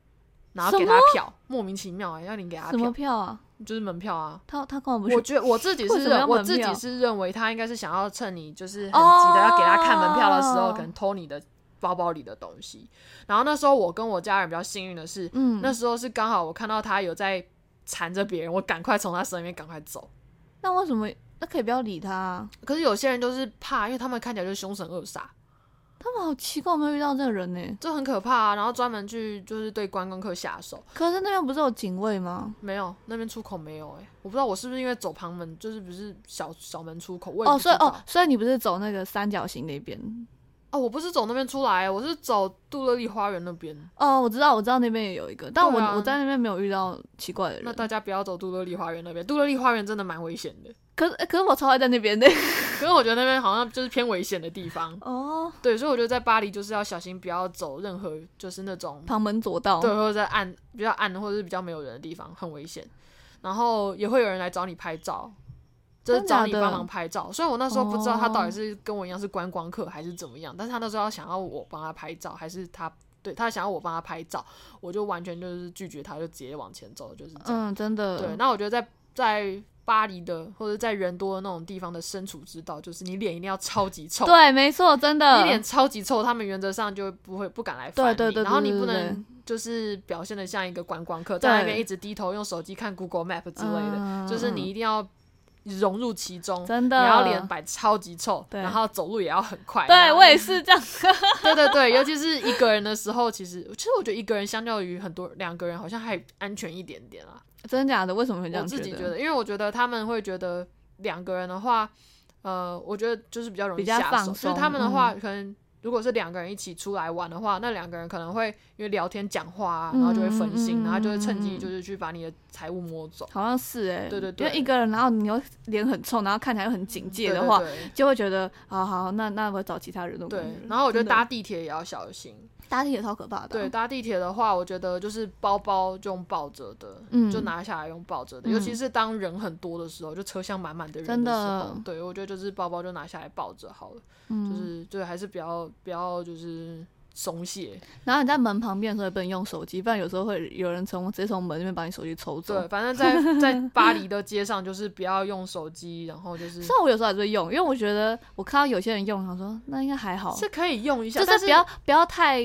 然后
什
给他票，莫名其妙、欸、要你给他
什么票
票，
啊？
就是门票啊。
他他根本不
我
是
觉得我自己
为
是
什么要
认我
门
自
票
己是认为他应该是想要趁你就是很急的要给他看门票的时候，
哦
可能偷你的包包里的东西。然后那时候我跟我家人比较幸运的是，
嗯，
那
那
时候是刚好我看到他有在缠着别人，我赶快从他身边赶快走。
那为什么那可以不要理他、啊？
可是有些人就是怕，因为他们看起来就是凶神恶煞，
他们好奇怪，我没有遇到这个人呢、
这很可怕啊。然后专门去就是对观光客下手，
可是那边不是有警卫吗？
没有那边出口没有哎、我不知道我是不是因为走旁门，就是不是小小门出口，我也
哦，
不知
所以哦
道，
所以你不是走那个三角形那边？
哦，我不是走那边出来，我是走杜乐丽花园那边。
哦，我知道，我知道那边也有一个，但我、
对啊
我在那边没有遇到奇怪的
那
人。
大家不要走杜乐丽花园那边，杜乐丽花园真的蛮危险的。
可是、欸可是我超爱在那边的。
可是我觉得那边好像就是偏危险的地方，
哦，
对，所以我觉得在巴黎就是要小心，不要走任何就是那种
旁门左道。
对，或者在暗比较暗或者是比较没有人的地方，很危险。然后也会有人来找你拍照，就是
真的
找你
假的
帮忙拍照。虽然我那时候不知道他
哦
到底是跟我一样是观光客还是怎么样，但是他那时候想要我帮他拍照，还是他对他想要我帮他拍照，我就完全就是拒绝他，就直接往前走，就是这样。
嗯，真的。
对，那我觉得在在巴黎的或者在人多的那种地方的身处之道，就是你脸一定要超级臭，
对，没错，真的。
你脸超级臭，他们原则上就不会不敢来烦
对
你
对对
然后你
对对
不
对
能就是表现的像一个观光客，在那边
对
一直低头用手机看 Google Map 之类的，
嗯
就是你一定要融入其中，
真
你
的。
要脸啊摆超级臭，
对
然后走路也要很快。然
对
后
我也是这样。
对对对，尤其是一个人的时候，其实其实我觉得一个人相较于很多两个人好像还安全一点啊点啦。
真的假的？为什么会这
我
样
自己觉
觉得
得，因为我觉得他们会觉得两个人的话，呃，我觉得就是比较容易
比较
下
放
手。就是
松
他们的话，
嗯
可能如果是两个人一起出来玩的话，那两个人可能会因为聊天讲话、啊，然后就会分
嗯
心，
嗯嗯
然后就会趁机
嗯嗯
就是去把你的财物摸走。
好像是哎、欸，
对对
因为
对
一个人，然后你又脸很臭，然后看起来又很警戒
对
的
对
话，
对
就会觉得，好好，那那我找其他人的。
对，然后我觉得
真的
搭地铁也要小心。
搭地铁超可怕的啊、
对，搭地铁的话，我觉得就是包包就用抱着的，
嗯
就拿下来用抱着的，尤其
嗯
是当人很多的时候，就车厢满满的人
真
的时
的
候，对我觉得就是包包就拿下来抱着好了。
嗯，
就是对，还是比较比较就是松懈。
然后你在门旁边的时候也不能用手机，不然有时候会有人从直接从门那边把你手机抽走。
对，反正在在巴黎的街上，就是不要用手机，然后就是
虽然我有时候还是会用，因为我觉得我看到有些人用，想说那应该还好，
是可以用一下，
就
但
是不要不要太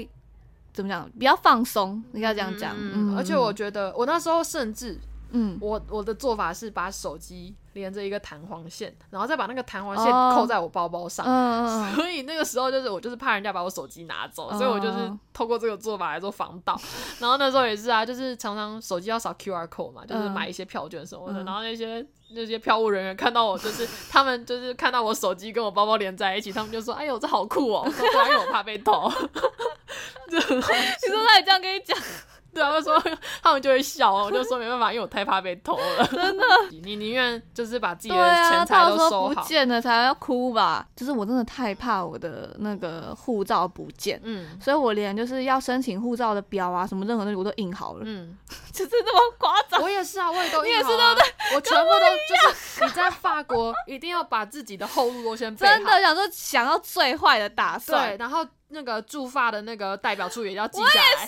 怎么讲，不要放松，应该这样讲。
嗯，
嗯，
而且我觉得我那时候甚至
嗯
我我的做法是把手机连着一个弹簧线，然后再把那个弹簧线
哦
扣在我包包上。
嗯嗯
所以那个时候就是我就是怕人家把我手机拿走，
哦
所以我就是透过这个做法来做防 盗。然后那时候也是啊，就是常常手机要扫 QR code 嘛，就是
嗯
买一些票券什么的。
嗯
然后那些那些票务人员看到我，就是他们就是看到我手机跟我包包连在一起，他们就说：“哎呦，这好酷哦！”我说对啊因为我怕被偷。
你说他也这样跟你讲，
对啊，他们说他们就会笑哦，我就说没办法，因为我太怕被偷了。真的， 你宁愿就是把自己
对
的
啊，
钱财
到时
都收
候不
好。
见了才要哭吧？就是我真的太怕我的那个护照不见，
嗯
所以我连就是要申请护照的表啊，什么任何东西我都印好了，
嗯。
就是这么夸张。
我也是啊，我也都
你也
印好
是
啊我全部都就是你在法国一定要把自己的后路都先备好
真的想说想要最坏的打
对，
算，
然后那个驻法的那个代表处也要记下来。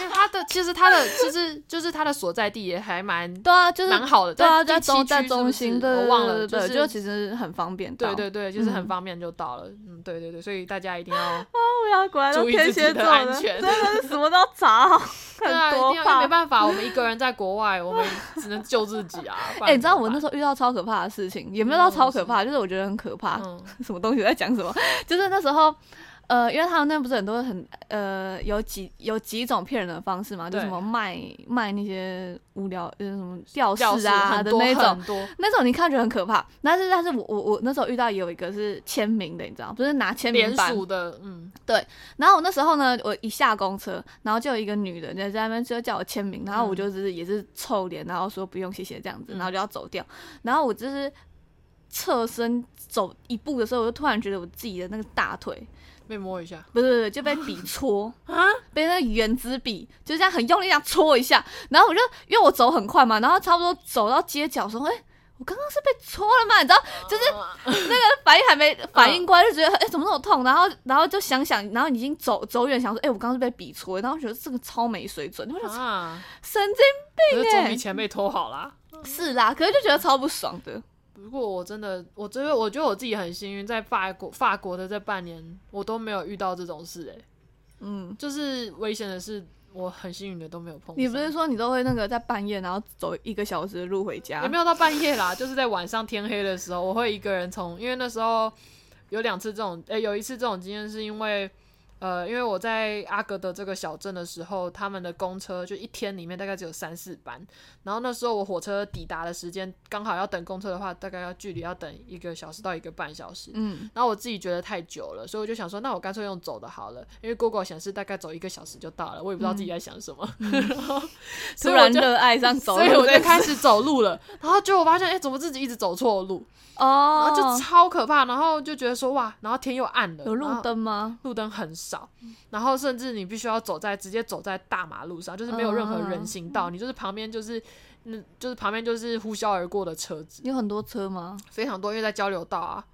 因为他的其实他的 其实就是他的所在地也还蛮
对啊，就是
蛮好的，
对啊，
在
在
第
中
七区
在
是不
中
是
心，对
我
对
忘
对
了，
对
是
对，就其实很方便到。
对对对，就是很
嗯
方便就到了。嗯，对对对，所以大家一 定要
不要啊果然
注意自己的安全
的是什么都要查好，
对啊，一定要，因为没办法，我们一个人在国外，我们只能救自己 啊。不然
哎，你知道
怎么
我那
办
时候遇到超可怕的事情，也没有到超可怕，就是我觉得很可怕，
嗯
什么东西我在讲什么， 就是那时候。呃，因为他们那不是很多很呃有几有几种骗人的方式嘛，就
对
什么卖卖那些无聊呃什么吊
教室
饰啊
很
的
多
那种
很，多
那种你看觉得很可怕，但是但是我我我那时候遇到也有一个是签名的，你知道，就是拿签名
联
板。
署的，嗯，
然后我那时候呢，我一下公车，然后就有一个女的在那边就叫我签名，然后我就只是也是臭脸，然后说不用谢谢这样子，
嗯
然后就要走掉，然后我就是侧身走一步的时候，我就突然觉得我自己的那个大腿
被摸一下。
不是不是，就被笔戳啊，被那个圆珠笔就这样很用力这样戳一下，然后我就因为我走很快嘛，然后差不多走到街角的时候，哎、我刚刚是被戳了吗？你知道，就是那个反应还没
啊
反应过来，就觉得哎、诶怎么那么痛？然后然后就想想，然后你已经走走远，想说哎、诶我刚刚是被笔戳，然后觉得这个超没水准，你会想
啊，
神经
可是
欸
总比钱被偷好啦。
是啦，可是就觉得超不爽的。
不过我真的，我觉得我觉得我自己很幸运，在法国法国的这半年，我都没有遇到这种事、欸，
嗯，
就是危险的事，我很幸运的都没有碰上。
你不是说你都会那个在半夜，然后走一个小时的路回家？
也没有到半夜啦， 就是在晚上天黑的时候，我会一个人从，因为那时候有两次这种，呃、有一次这种经验是因为，呃，因为我在阿格德这个小镇的时候，他们的公车就一天里面大概只有三四班，然后那时候我火车抵达的时间刚好要等公车的话，大概要距离要等一个小时到一个半小时，
嗯，
然后我自己觉得太久了，所以我就想说，那我干脆用走的好了，因为 Google 显示大概走一个小时就到了，我也不知道自己在想什么，然后
嗯突
所以我
然
就
热爱上走
所以
路
我
这
就
个
开始走路了。 然后结果发现，哎、怎么自己一直走错路，然
哦，
后啊就超可怕。然后就觉得说，哇，然后天又暗了，
有路
然后
灯吗？
路灯很少，然后甚至你必须要走在直接走在大马路上，就是没有任何人行
哦
道，你就是旁边就是，嗯，就是旁边就是呼啸而过的车子，
有很多车吗？
非常多，因为在交流道啊。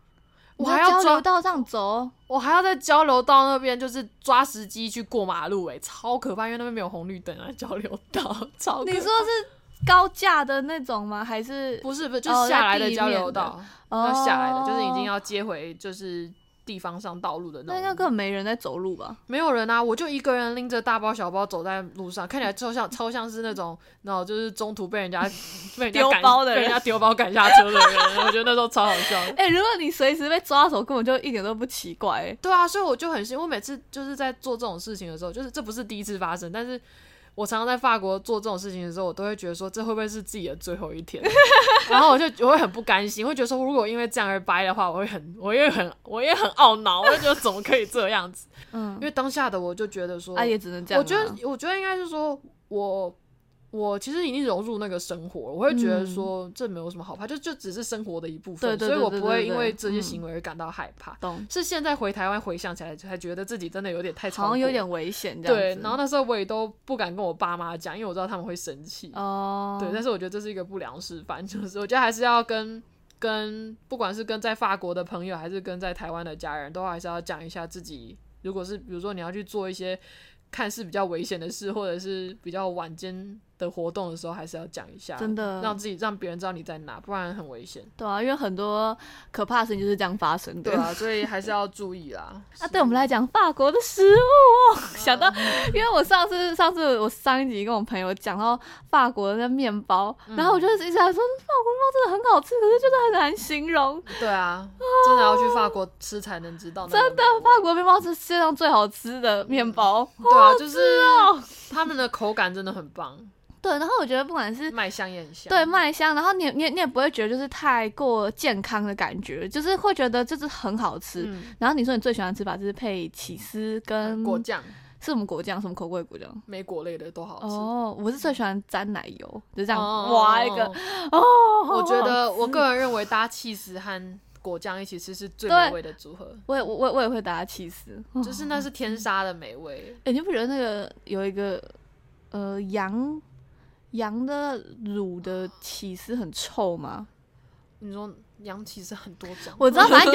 我
你
还
在
要
交
抓
流，道上走，
我还要在交流道那边，就是抓时机去过马路、哎，超可怕，因为那边没有红绿灯啊，交流道超可怕。
你说是高架的那种吗？还是
不是不是，就
哦
是下
在
来的
地
交
面
流
的
道，
哦
要下来的，就是已经要接回就是地方上道路的
那应该
那种。
根本没人在走路吧？
没有人啊，我就一个人拎着大包小包走在路上，看起来超像超像是那种，然后就是中途被人 家被人家
丢
赶
包的
被
人
人家丢包赶下车的人，我觉得那时候超好笑的。
哎、如果你随时被抓走，根本就一点都不奇怪、欸。
对啊，所以我就很幸运，我每次就是在做这种事情的时候，就是这不是第一次发生，但是我常常在法国做这种事情的时候，我都会觉得说这会不会是自己的最后一天？ 然后我就我会很不甘心，会觉得说如果因为这样而掰的话，我会很我也很我也很懊恼，我就觉得怎么可以这样子？
嗯
因，为当下的我就觉得说，
啊，也只能这样、
我觉得我觉得应该是说我。我其实已经融入那个生活，我会觉得说这没有什么好怕，就就只是生活的一部分，
嗯对对
所以我
对对
不会
对
因
对
为这些
嗯
行为而感到害怕。
懂，
是现在回台湾回想起来，才觉得自己真的有点太
好
超
像有
过
点危险这样
对
子。。
然后那时候我也都不敢跟我爸妈讲，因为我知道他们会生气。
哦，
对，但是我觉得这是一个不良示范，就是我觉得还是要跟跟不管是跟在法国的朋友，还是跟在台湾的家人，都还是要讲一下自己，如果是比如说你要去做一些看似比较危险的事，或者是比较晚间的活动的时候，还是要讲一下，
真的
让自己让别人知道你在哪，不然很危险。
对啊，因为很多可怕的事情就是这样发生的。
对啊，所以还是要注意 啦。
啊，对我们来讲，法国的食物哦， 想到，因为我上次上次我上一集跟我朋友讲到法国的那面包，然后我就一直在说法国面包真的很好吃，可是真的很难形容。
对啊，真的要去法国吃才能知道那个
真
美
的
味。，
法国面包是世界上最好吃的面包。
对啊，
哦
就是他们的口感真的很棒，
对，然后我觉得不管是
麦香也很香。
对，麦香，然后你也你也你也不会觉得就是太过健康的感觉，就是会觉得就是很好吃。
嗯，
然后你说你最喜欢的吃法就是配起司跟
果，酱、
是什么果酱？什么口味果酱？
莓果类的都好吃。
哦，我是最喜欢沾奶油，就这样
哦
挖一个
哦
哦。
我觉
好好
得我个人认为搭气司和果酱一起吃是最
对
美味的组合，
我也我我我也会打起司，哦
就是那是天杀的美味。
哎、你不觉得那个有一个呃羊羊的乳的起司很臭吗？
你说羊其实很多种，
我知道，反正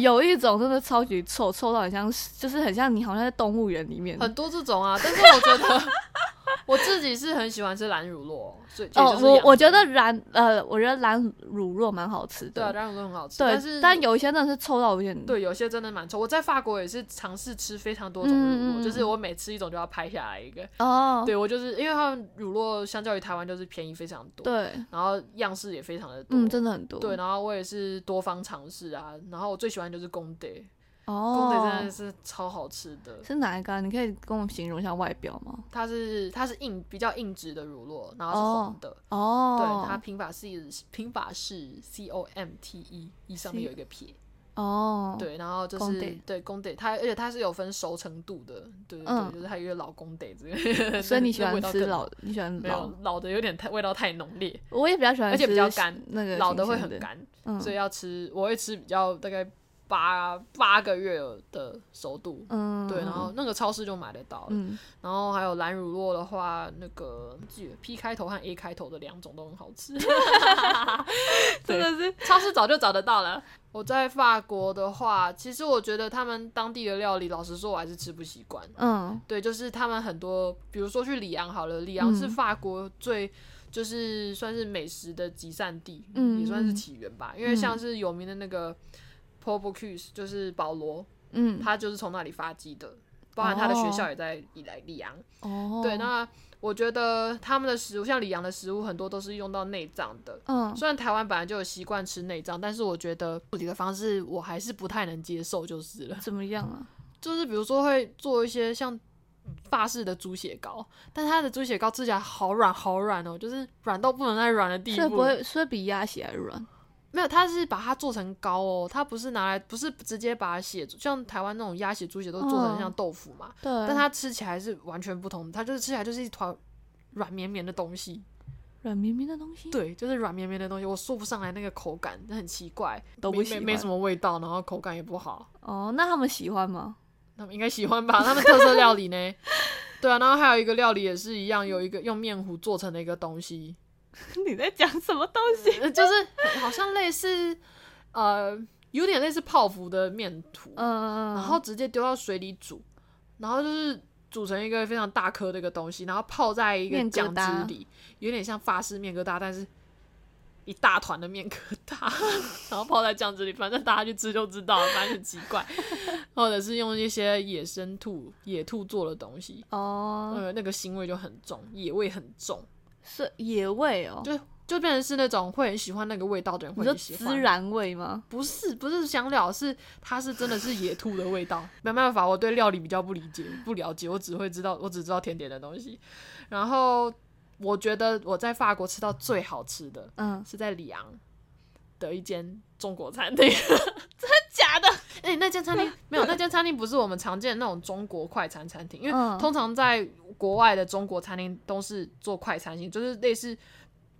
有 有一种真的超级臭，臭到很像是，就是很像你好像在动物园里面。
很多这种啊，但是我觉 得我自己是很喜欢吃蓝乳酪，所以也
哦
就，是
我
羊
我觉得蓝呃，我觉得蓝乳酪蛮好吃
对啊，
的。
蓝乳酪很好吃，
对，
但是
有一些真的是臭到有点。
对，有些真的蛮臭。我在法国也是尝试吃非常多种
嗯
乳
嗯嗯
酪，就是我每吃一种就要拍下来一个。
哦，
对我就是因为他们乳酪相较于台湾就是便宜非常多，
对，
然后样式也非常的多，
嗯，真的很多。
对。然后我也是多方尝试啊，然后我最喜欢就是公德，公德真
哦
的，是超好吃的。
是哪一个啊？你可以跟我形容一下外表吗？
它是它是硬比较硬质的乳酪，然后是黄的，
哦，
对它拼法是拼法是 C O M T E，E 上面有一个撇，
哦，
对，然后就
公
是
地
对公得，它而且它是有分熟程度的，对对对，
嗯哦
就是还有一个老公得之类 的，
所以
那
你喜
那
欢
味道
吃
更
老，你喜欢
没
老
有，老的有点太味道太浓烈，
我也比较喜欢，
而且比较干
那个
老的会
新鲜
很，干，
嗯，
所以要吃我会吃比较大概。八八个月的熟度，
嗯，
对，然后那个超市就买得到了。
嗯
然后还有蓝乳酪的话，那个记得 P 开头和 A 开头的两种都很好吃， 真的是超市早就找得到了。我在法国的话，其实我觉得他们当地的料理，老实说我还是吃不习惯。
嗯
对，就是他们很多，比如说去里昂好了，里昂是
嗯
法国最、就是算是美食的集散地，
嗯
也算是
嗯
起源吧。因为像是有名的那个 p o b o c u s 就是保罗，
嗯，
他就是从那里发迹的，包含他的学
哦
校也在里来里昂。
哦，
对，那我觉得他们的食物，像里昂的食物，很多都是用到内脏的。
嗯
虽然台湾本来就有习惯吃内脏，但是我觉得处理的方式我还是不太能接受，就是了。
怎么样啊？
就是比如说会做一些像法式的猪血糕，但它的猪血糕吃起来好软好软哦，就是软到不能再软的地
所以不
步。
会，所以比鸭血还软。
没有，它是把它做成糕哦，它不是拿来，不是直接把血，像台湾那种鸭血、猪血都做成
嗯
像豆腐嘛，
对，
但它吃起来是完全不同的，它就是吃起来就是一团软绵绵的东西。
软绵绵的东西，，
对，就是软绵绵的东西，我说不上来那个口感，很奇怪，
都
没
不喜
没
欢
没什么味道，然后口感也不好。
哦，那他们喜欢吗？
他们应该喜欢吧？ 他们特色料理呢？对啊，然后还有一个料理也是一样，有一个用面糊做成的一个东西，
你在讲什么东西？
呃就是好像类似呃，有点类似泡芙的面糊，
嗯，
然后直接丢到水里煮，然后就是煮成一个非常大颗的一个东西，然后泡在一个
面疙
酱汁
瘩
里，有点像法式面疙瘩，但是一大团的面疙瘩， 然后泡在酱汁里，反正大家去吃就知道了，反正很奇怪，或者是用一些野生兔、野兔做的东西，
哦，
呃，那个腥味就很重，野味很重，
是野味哦，
就就变成是那种会很喜欢那个味道的人
你
会
说
很喜欢
孜。然味吗？
不是不是香料，是它是真的是野兔的味道。 没办法，我对料理比较不理解、不了解，我只会知道我只知道甜点的东西。然后我觉得我在法国吃到最好吃的
嗯，
是在里昂的一间中国餐厅， 真的
假的？
哎、那间餐厅没有，那间餐厅不是我们常见的那种中国快餐餐厅，因为
嗯
通常在国外的中国餐厅都是做快餐型，就是类似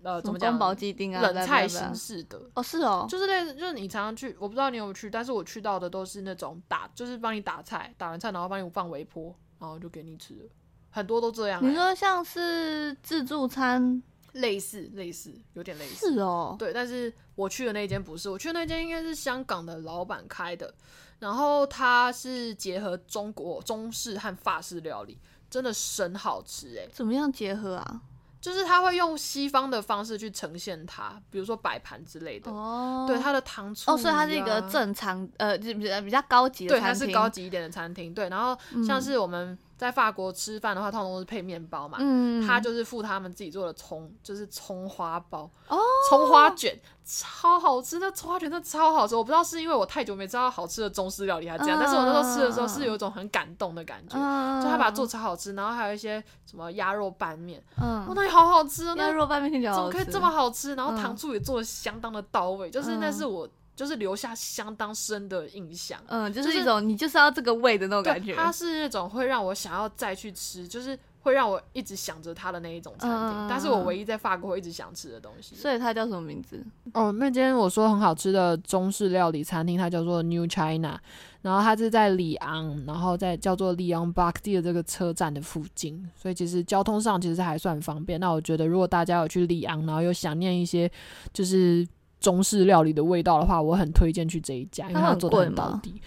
呃
什
怎么讲
宫保鸡丁啊，
冷菜
不啦不啦
形
不啦
式的。
哦，是哦，
就是类似，就是你常常去，我不知道你有没有去，但是我去到的都是那种打，就是帮你打菜，打完菜然后帮你放微波，然后就给你吃了，很多都这样欸、
你说像是自助餐
类似类似，有点类似。
是哦，
对，但是我去的那间不是，我去的那间应该是香港的老板开的，然后它是结合中国中式和法式料理，真的神好吃诶、
怎么样结合啊？
就是他会用西方的方式去呈现它，比如说摆盘之类的，
哦，
对它的糖醋、啊
哦，所以它是一个正常呃，就比较比较高级的
对，
餐
它
厅，嗯
是高，级一点的餐厅。对，然后像是我们在法国吃饭的话，通常都是配面包嘛，
嗯，
他就是附他们自己做的葱，就是葱花包、
哦，
葱花卷，超好吃。那葱花卷真的超好吃，我不知道是因为我太久没吃到好吃的中式料理还是怎样，
嗯
但是我那时候吃的时候是有一种很感动的感觉。
嗯，
就他把它做超好吃，然后还有一些什么鸭肉拌面，哇、
嗯，
那也好好吃哦！那
那肉拌面听起来
怎
好
么可以
吃
这么好吃？然后
嗯
糖醋也做的相当的到位，就是那
嗯
是我就是留下相当深的印象。
嗯，就
就是是
一种你就是要这个味的那种
对，
感觉。
它是那种会让我想要再去吃，就是会让我一直想着它的那一种餐厅。
嗯嗯嗯
但是我唯一在法国会一直想吃的东西。
所以它叫什么名字？
哦，那间我说很好吃的中式料理餐厅，它叫做 New China，然后它是在里昂，然后在叫做里昂 b a c k 的这个车站的附近，所以其实交通上其实还算方便。那我觉得如果大家有去里昂，然后又想念一些就是中式料理的味道的话，我很推荐去这一家，因为
它
它
很
做的
贵
很到
吗
底。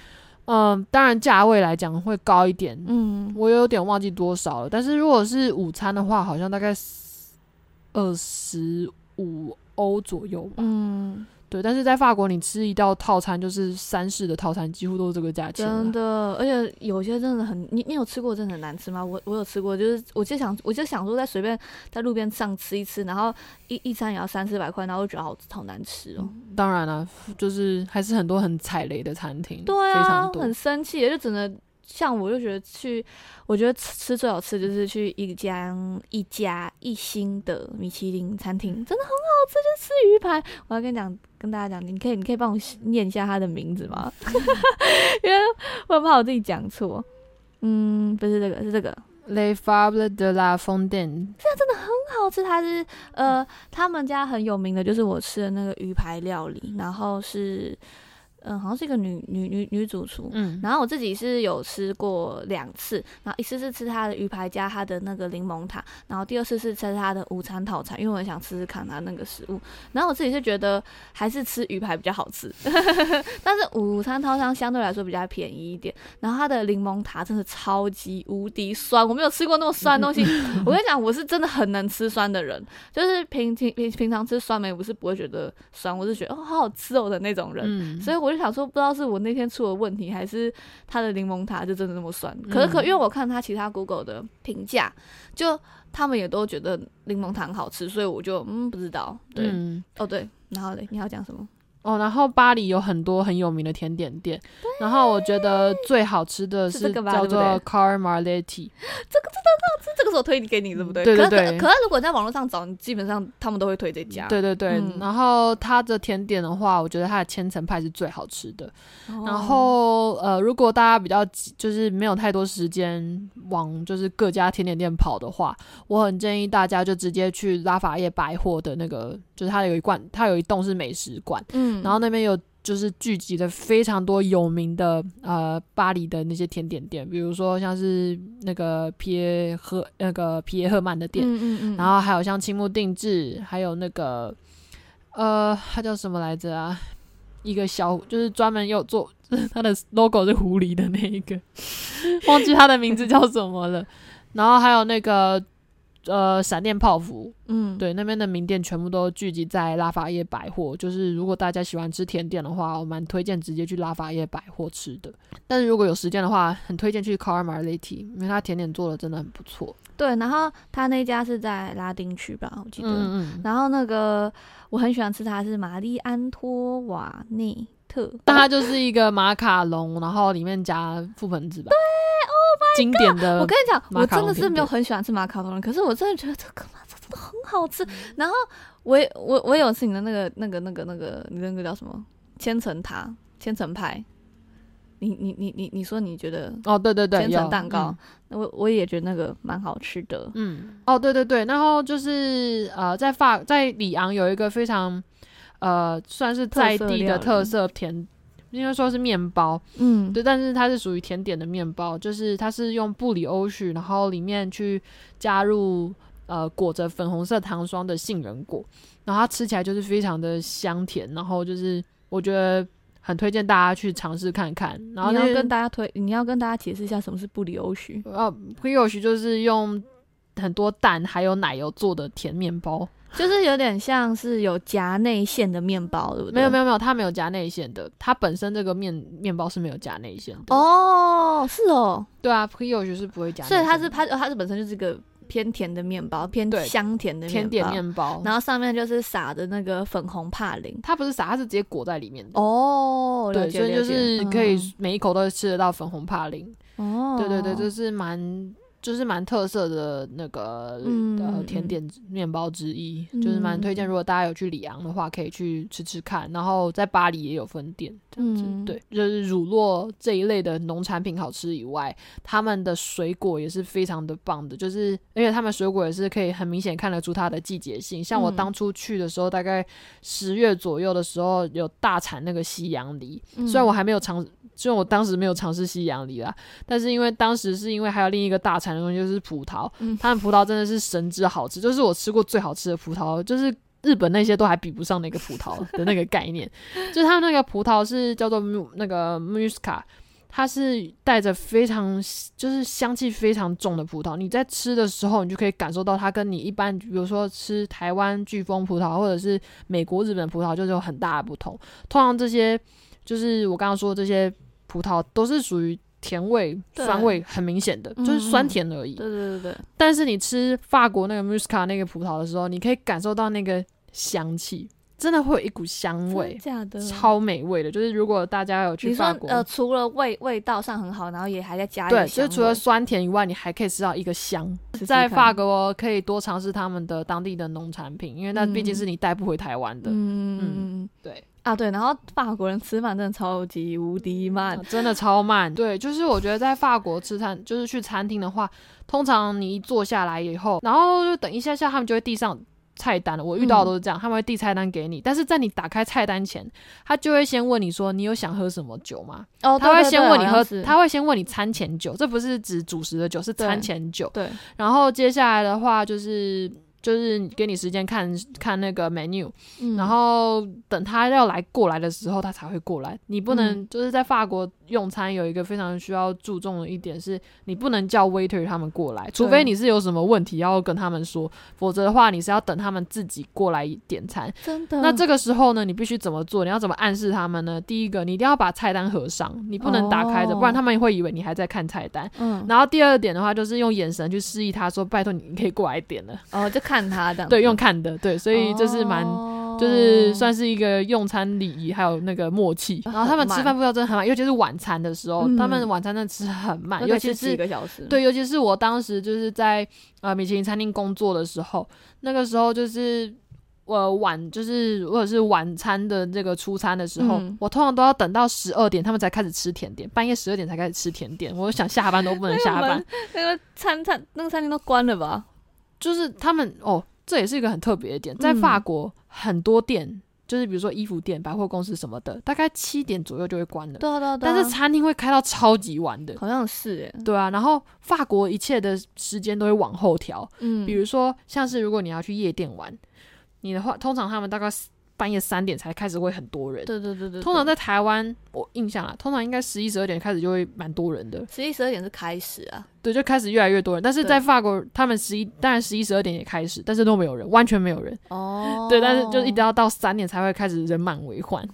嗯，当然价位来讲会高一点，
嗯，
我有点忘记多少了，但是如果是午餐的话，好像大概二十五欧左右吧。
嗯，
对，但是在法国，你吃一道套餐就是三式的套餐，几乎都是这个价钱
真
了。
的，而且有些真的很，你你有吃过真的很难吃吗？我我有吃过，就是我就想我就想说在随便在路边上吃一吃，然后一一餐也要三四百块，然后我觉得好好难吃哦。
当然啦、就是还是很多很踩雷的餐厅，
对
非
啊
常，多
很。生气，就只能像我就觉得去，我觉得吃吃最好吃就是去一家一家一星的米其林餐厅，真的很好吃，就吃鱼排。我要跟你讲，跟大家讲，你可以你可以帮我念一下它的名字 吗？因为我怕我自己讲错。嗯，不是这个，是这个，
Les Fables de la Fontaine，
很好吃。它是呃，他们家很有名的就是我吃的那个鱼排料理，然后是嗯，好像是一个女女女女主厨。
嗯，
然后我自己是有吃过两次，然后一次是吃它的鱼排加它的那个柠檬塔，然后第二次是吃它的午餐套餐，因为我很想吃吃看它那个食物。然后我自己是觉得还是吃鱼排比较好吃， 但是午餐套餐相对来说比较便宜一点。然后它的柠檬塔真的超级无敌酸，我没有吃过那么酸的 东西。我跟你讲，我是真的很能吃酸的人，就是平平平平常吃酸梅，我是不会觉得酸，我是觉得哦好好吃哦的那种人。
嗯，
所以我就想说，不知道是我那天出了问题，还是它的柠檬塔就真的那么酸。可
嗯
是可，因为我看它其他 Google 的评价，就他们也都觉得柠檬塔很好吃，所以我就嗯不知道。对，
嗯
哦对，然后嘞，你要讲什么？
哦，然后巴黎有很多很有名的甜点店，然后我觉得最好吃的
是
是
这个吧
叫
对不
做
对
Car Marletti，
这这个是我推给你，对不对？
嗯对对
可是
对
可可是如果在网络上找，你基本上他们都会推这家。
对对对，
嗯
然后它的甜点的话，我觉得它的千层派是最好吃的。
哦，
然后呃，如果大家比较急就是没有太多时间往就是各家甜点店跑的话，我很建议大家就直接去拉法叶百货的那个，就是它有一罐，它有一栋是美食馆，
嗯
然后那边有就是聚集的非常多有名的呃巴黎的那些甜点店，比如说像是那个皮耶赫那个皮耶赫曼的店，
嗯嗯嗯，
然后还有像青木定制，还有那个呃，它叫什么来着啊？一个小就是专门有做， 它的 logo 是狐狸的那一个， 忘记它的名字叫什么了。然后还有那个呃闪电泡芙，
嗯
对，那边的名店全部都聚集在拉法叶百货。就是如果大家喜欢吃甜点的话，我蛮推荐直接去拉法叶百货吃的。但是如果有时间的话，很推荐去 Car Marletti，因为它甜点做的真的很不错。
对，然后他那家是在拉丁区吧，我记得。
嗯嗯，
然后那个我很喜欢吃它是玛丽安托瓦内特，
但它就是一个马卡龙，然后里面加覆盆子吧。对，Oh 经典的，
我跟你讲，
马
我
卡
真
龙
的
饼
是没
店
有很喜欢吃马卡龙，可是我真的觉得这个马这真的很好
嗯
吃。然后我也我我也有吃你的那个那个那个那个你那个叫什么千层塔千层派，你你你你你说你觉得
哦，对对对，嗯
千层
有
蛋糕，那我我也觉得那个蛮好吃的。
嗯。嗯，哦，对对对，然后就是呃，在法在里昂有一个非常呃，算是
特
在
色
地
料
的
理
特色甜，应该说是面包，
嗯，
对，但是它是属于甜点的面包，就是它是用布里欧许，然后里面去加入呃裹着粉红色糖霜的杏仁果，然后它吃起来就是非常的香甜，然后就是我觉得很推荐大家去尝试看看。然后
你要
那
跟大家推，你要跟大家解释一下什么是布里欧许。
呃布里欧许就是用很多蛋还有奶油做的甜面包，
就是有点像是有夹内馅的面包，对不对？
没有没
有。
有没有，它没有加内馅的，它本身这个面面包是没有加内馅的。，
哦，是哦，
对啊，布里欧许是不会加内
所
馅
以
的，
它是它它是本身就是一个偏甜的面包，偏
对
香甜的
甜点面包，
然后上面就是撒的那个粉红帕林。
它不是撒，它是直接裹在里面的。
哦，了
对，
解
所以就
了解
是可以
嗯
每一口都吃得到粉红帕林。
哦，
嗯对对对，这是蛮就是蛮特色的那个、
嗯
呃
嗯
甜
嗯
点面包之一，就是蛮推荐。
嗯
如果大家有去里昂的话，可以去吃吃看。然后在巴黎也有分店，这样子。
嗯
对，就是乳酪这一类的农产品好吃以外，他们的水果也是非常的棒的，就是而且他们水果也是可以很明显看得出它的季节性。像我
嗯
当初去的时候，大概十月左右的时候，有大产那个西洋梨，
嗯
虽然我还没有尝，虽然我当时没有尝试西洋梨啦，但是因为当时是因为还有另一个大产的东西就是葡萄，
嗯
他们葡萄真的是神之好吃，就是我吃过最好吃的葡萄，就是日本那些都还比不上那个葡萄的那个概念， 就是他们那个葡萄是叫做 mu- 那个 musca。它是带着非常就是香气非常重的葡萄，你在吃的时候，你就可以感受到它跟你一般，比如说吃台湾巨峰葡萄或者是美国、日本葡萄，就是有很大的不同。通常这些就是我刚刚说的这些葡萄都是属于甜味、
对
酸味很明显的，
嗯
就是酸甜而已。
对对对对，
但是你吃法国那个 Musca 那个葡萄的时候，你可以感受到那个香气，真的会有一股香味
真的，假的
超美味的。就是如果大家有去
你说
法国，
呃，除了味味道上很好，然后也还在加一
对，
个
就是
香
除了
味
酸甜以外，你还可以吃到一个香。
试试
在
看
法国可以多尝试他们的当地的农产品，因为那毕竟是你带不回台湾的。
嗯嗯嗯
嗯
嗯嗯
对，
啊对，然后法国人吃饭真的超级无敌慢
啊，真的超慢。对，就是我觉得在法国吃餐，就是去餐厅的话，通常你一坐下来以后，然后就等一下下，他们就会递上菜单了，我遇到的都是
嗯
这样，他们会递菜单给你，但是在你打开菜单前，他就会先问你说你有想喝什么酒吗？
哦，
他
对
会
对
先
对
问你
好像
喝
是，
他会先问你餐前酒，这不是指主食的酒，是餐
对
前酒。
对
然后接下来的话就是就是给你时间看看那个 menu，、
嗯
然后等他要来过来的时候，他才会过来。你不能、
嗯
就是在法国用餐有一个非常需要注重的一点是，你不能叫 waiter 他们过来，除非你是有什么问题要跟他们说，否则的话你是要等他们自己过来点餐。
真的
那这个时候呢，你必须怎么做？你要怎么暗示他们呢？第一个，你一定要把菜单合上，你不能打开着，
哦
不然他们会以为你还在看菜单。
嗯
然后第二点的话，就是用眼神去示意他说：“拜托你，你可以过来一点了。
哦就看他的”
对，用看的，对，所以就是蛮，
哦
就是算是一个用餐礼仪，还有那个默契。然后他们吃饭步调真的很慢，尤其是晚餐的时候，
嗯
他们晚餐真的吃很慢，尤其
几
是。
个小时，
对，尤其是我当时就是在呃米其林餐厅工作的时候，那个时候就是呃晚就是或者是晚餐的这个出餐的时候，
嗯
我通常都要等到十二点他们才开始吃甜点，半夜十二点才开始吃甜点，我想下班都不能下
那个
班
门。那个餐餐那个餐厅都关了吧？
就是他们哦，这也是一个很特别的点，在
嗯
法国很多店，就是比如说衣服店、百货公司什么的，大概七点左右就会关了，
对啊对啊对啊，
但是餐厅会开到超级晚的。
好像是哎，
对啊，然后法国一切的时间都会往后调，
嗯
比如说像是如果你要去夜店玩，你的话通常他们大概四半夜三点才开始会很多人。
对对对对，
通常
在
在台湾，我印象啊，通常应该十一十二点开始就会蛮多人的，
十一十二点是开始啊，
对，就开始越来越多人。但是
对
在法国，他们十一当然十一十二点也开始，但是都没有人，完全没有人。
哦
对，但是就是一定要到三点才会开始人满为患，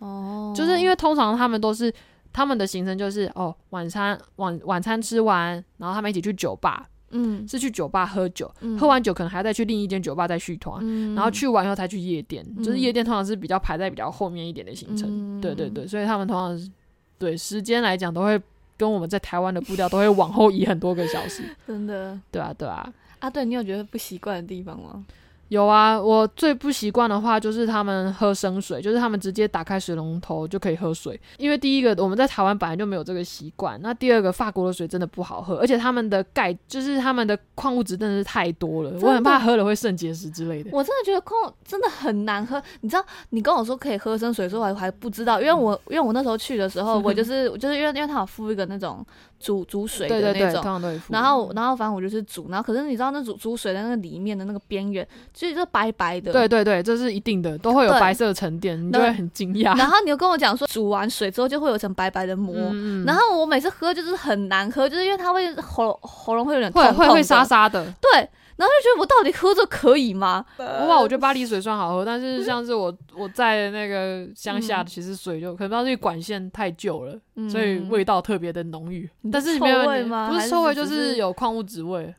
哦，
就是因为通常他们都是他们的行程就是哦晚餐晚晚餐吃完，然后他们一起去酒吧，
嗯
是去酒吧喝酒，
嗯
喝完酒可能还要再去另一间酒吧再续团，
嗯
然后去完以后才去夜店，就是
嗯
夜店通常是比较排在比较后面一点的行程，对对对，所以他们通常是对时间来讲都会跟我们在台湾的步调都会往后移很多个小时，
真的
对啊对啊，
啊，对你有觉得不习惯的地方吗？
有啊，我最不习惯的话就是他们喝生水，就是他们直接打开水龙头就可以喝水。因为第一个我们在台湾本来就没有这个习惯，那第二个法国的水真的不好喝，而且他们的钙就是他们的矿物质真的是太多了，
的
我很怕喝了会肾结石之类的。
我真的觉得空真的很难喝。你知道，你跟我说可以喝生水的时候，我还还不知道，因为我因为我那时候去的时 候，我就是我就是因为因为它有附一个那种煮煮水
对
的
对
那
对，
种。
通常都会附
然后，然后反正我就是煮，然后可是你知道那煮煮水的那个里面的那个边缘，就是这白白的。
对。对对，这是一定的，都会有
对
白色沉淀，你就会
对
很惊讶。
然后你又跟我讲说，煮完水之后就会有一层白白的膜。
嗯嗯
然后我每次喝就是很难喝，就是因为它会喉喉咙会有点痛
会
痛
会会
的
沙沙的，
对，然后就觉得我到底喝这可以吗？
哇，我觉得巴黎水算好喝，但是像是我我在那个乡下，
嗯
其实水就可能当时管线太旧了，
嗯
所以味道特别的浓郁。
你
但是
臭
没有
味吗
不
还
是
是
臭味，
只
就是是有矿物质味，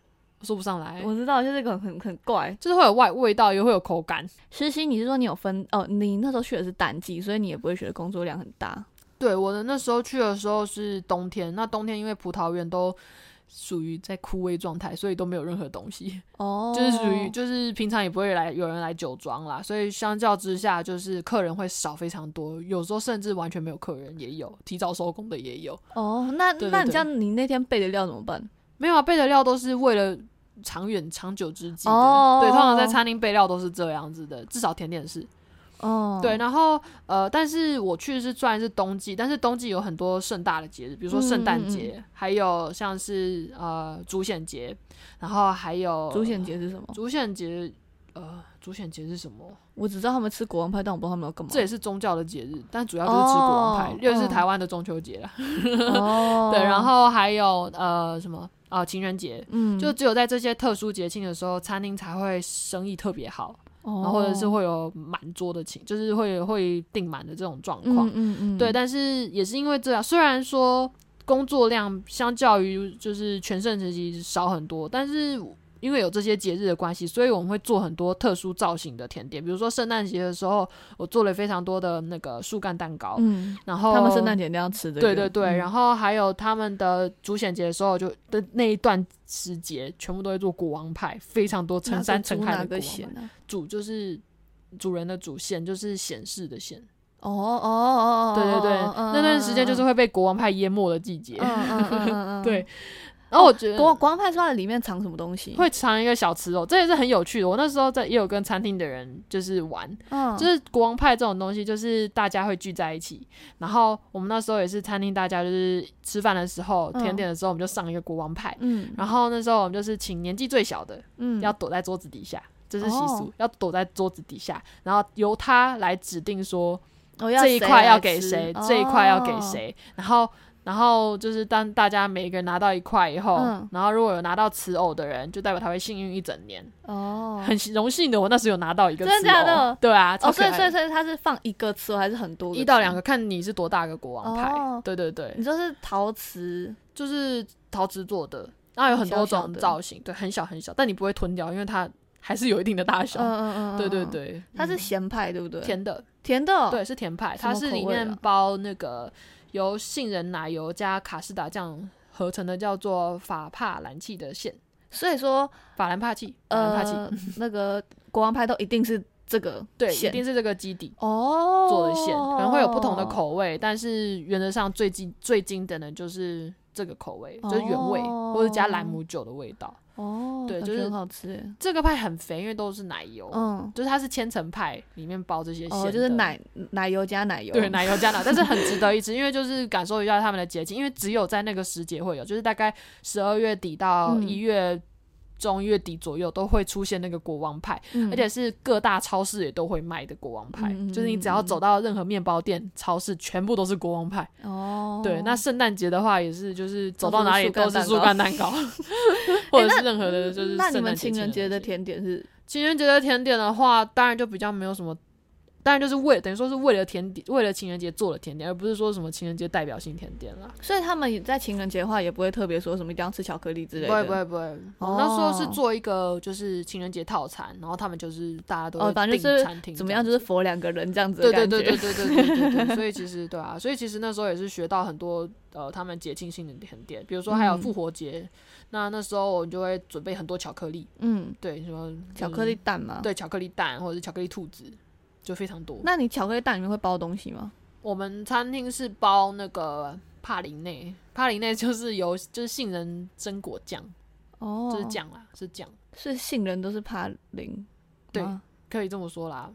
说不上来，
我知道，就是个很很怪。
就是会有外味道，也会有口感。
实习你是说你有分哦？你那时候去的是淡季，所以你也不会觉得工作量很大。
对，我的那时候去的时候是冬天，那冬天因为葡萄园都属于在枯萎状态，所以都没有任何东西。
哦
就是属于就是平常也不会来有人来酒庄啦，所以相较之下，就是客人会少非常多，有时候甚至完全没有客人也有，提早收工的也有。
哦，那
对对
那你
对
这样，你那天备的料怎么办？
没有啊，备的料都是为了长远长久之计的。
哦
对，通常在餐厅备料都是这样子的，至少甜点是。
哦，
对，，然后呃，但是我去的是虽然是冬季，但是冬季有很多盛大的节日，比如说圣诞
嗯
节，还有像是呃主显节，然后还有
主显节是什么？
主显节。呃，主显节是什么？
我只知道他们吃国王派，但我不知道他们要干嘛。
这也是宗教的节日，但主要就是吃国王派
哦，
又
嗯
是台湾的中秋节啦。
哦
对，然后还有呃什么啊、情人节，
嗯，
就只有在这些特殊节庆的时候，餐厅才会生意特别好，
然
然后或者是
哦
会有满桌的情，就是会会订满的这种状况。
嗯嗯嗯，
对，但是也是因为这样，虽然说工作量相较于就是全盛时期少很多，但是因为有这些节日的关系，所以我们会做很多特殊造型的甜点，比如说圣诞节的时候，我做了非常多的那个树干蛋糕，
嗯，
然后
他们圣诞。节一定要吃的。嗯
对嗯对对，然
后
后还有他们的主显节的时候，就的那一段时节，全部都会做国王派，非常多成山成海
哪
的国
个
王
咸
派。
啊？
主就是主人的主线，就是显示的显。
哦哦哦哦，
对对对，
哦
嗯那段时间就是。会被国王派淹没的季节。
嗯嗯嗯嗯嗯嗯嗯，
对，然哦后我觉得
国国王派出来里面藏什么东西？
会藏一个小吃肉，这也是很有趣的。我那时候在也有跟餐厅的人就是玩，
嗯，
就是国王派这种东西，就是大家会聚在一起。然后我们那时候也是餐厅，大家就是吃饭的时候、
嗯
甜点的时候，我们就上一个国王派。
嗯
然后那时候我们就是请年纪最小的，
嗯
要躲在桌子底下，这是习俗，
哦
要躲在桌子底下，然后由他来指定说
哦
这
谁
一块
来
要给
吃哦
谁，这一块要给？谁，然后。然后就是当大家每一个人拿到一块以后，
嗯
然后如果有拿到瓷偶的人，就代表他会幸运一整年。
哦，
很荣幸的，我那时候有拿到一个
真的
瓷
假
偶
的
对啊，
哦，
超可
所以
爱的
所以所以它是放一个吃还是很多？
一到两个，，看你是多大个国王牌。
哦
对对对
你，说是陶瓷
就是陶瓷做的，然后有很多
小小
种
的
造型，对，很小很小，但你不会吞掉，因为它还是有一定的大小。
嗯嗯嗯，
对对
嗯，
对，
它是
嗯
咸派对不对？
甜的，
甜的哦，
对，是甜派，
什
它
么
是
口
里
味
面
啊
包那个由杏仁奶油加卡士达酱合成的，叫做法帕兰契的馅，
所以说
法兰帕契，法兰帕契，
呃， 那个国王派都一定是这个
对，一
馅
定是这个基底。
哦
做的馅，可能会有不同的，口味，但是原则上最经最经典的就是这个口味，就是原味、
哦
或者加兰姆酒的味道。
哦，
对
感
就
觉
是
很好吃耶，
这个派很肥，因为都是奶油，
嗯，
就是它是千层派里面包这些馅、
哦，就是。奶奶油加奶油，
对奶油加奶，但是很值得一吃，因为就是感受一下他们的节庆，因为只有在那个时节会有，就是大概十二月底到
嗯
一月中、一月底左右都会出现那个国王派，
嗯，
而且是各大超市也都会卖的国王派，
嗯嗯
就是你只要走到任何面包店、超市，全部都是国王派。
哦，
对，那圣诞节的话也是，就是走到哪里
都
都
是
是
树
树
干哎
干蛋 糕，或者是任何的，就是
那你
圣
们
诞节、
情人节的
情人节
甜点是
情人节的甜点的话，当然就比较没有什么，当然就是为等于说是为了甜点，为了情人节做的甜点，而不是说什么情人节代表性甜点啦。
所以他们也在情人节的话，也不会特别说什么一定要吃巧克力之类的。哦
不会不会不会，我那时候是做一个就是情人节套餐，然后他们就是大家都
哦，反
会
正
订
就是
餐厅、
怎么样，就是佛两个人这样子的
对
感
对
觉。
对对对对对对对，所以其实对啊，所以其实那时候也是学到很多呃他们节庆性的甜点，比如说还有
嗯
复活节，那那时候我们就会准备很多巧克力，
嗯，
对什么就是
巧克力蛋嘛。。
对巧克力蛋或者是巧克力兔子，就非常多。
那你巧克力蛋里面会包东西吗？
我们餐厅是包那个帕林内，帕林内 就是由就是杏仁榛果酱，
哦，
就是，酱啦，是酱，
是杏仁都是帕林。
对
吗
可以这么说啦，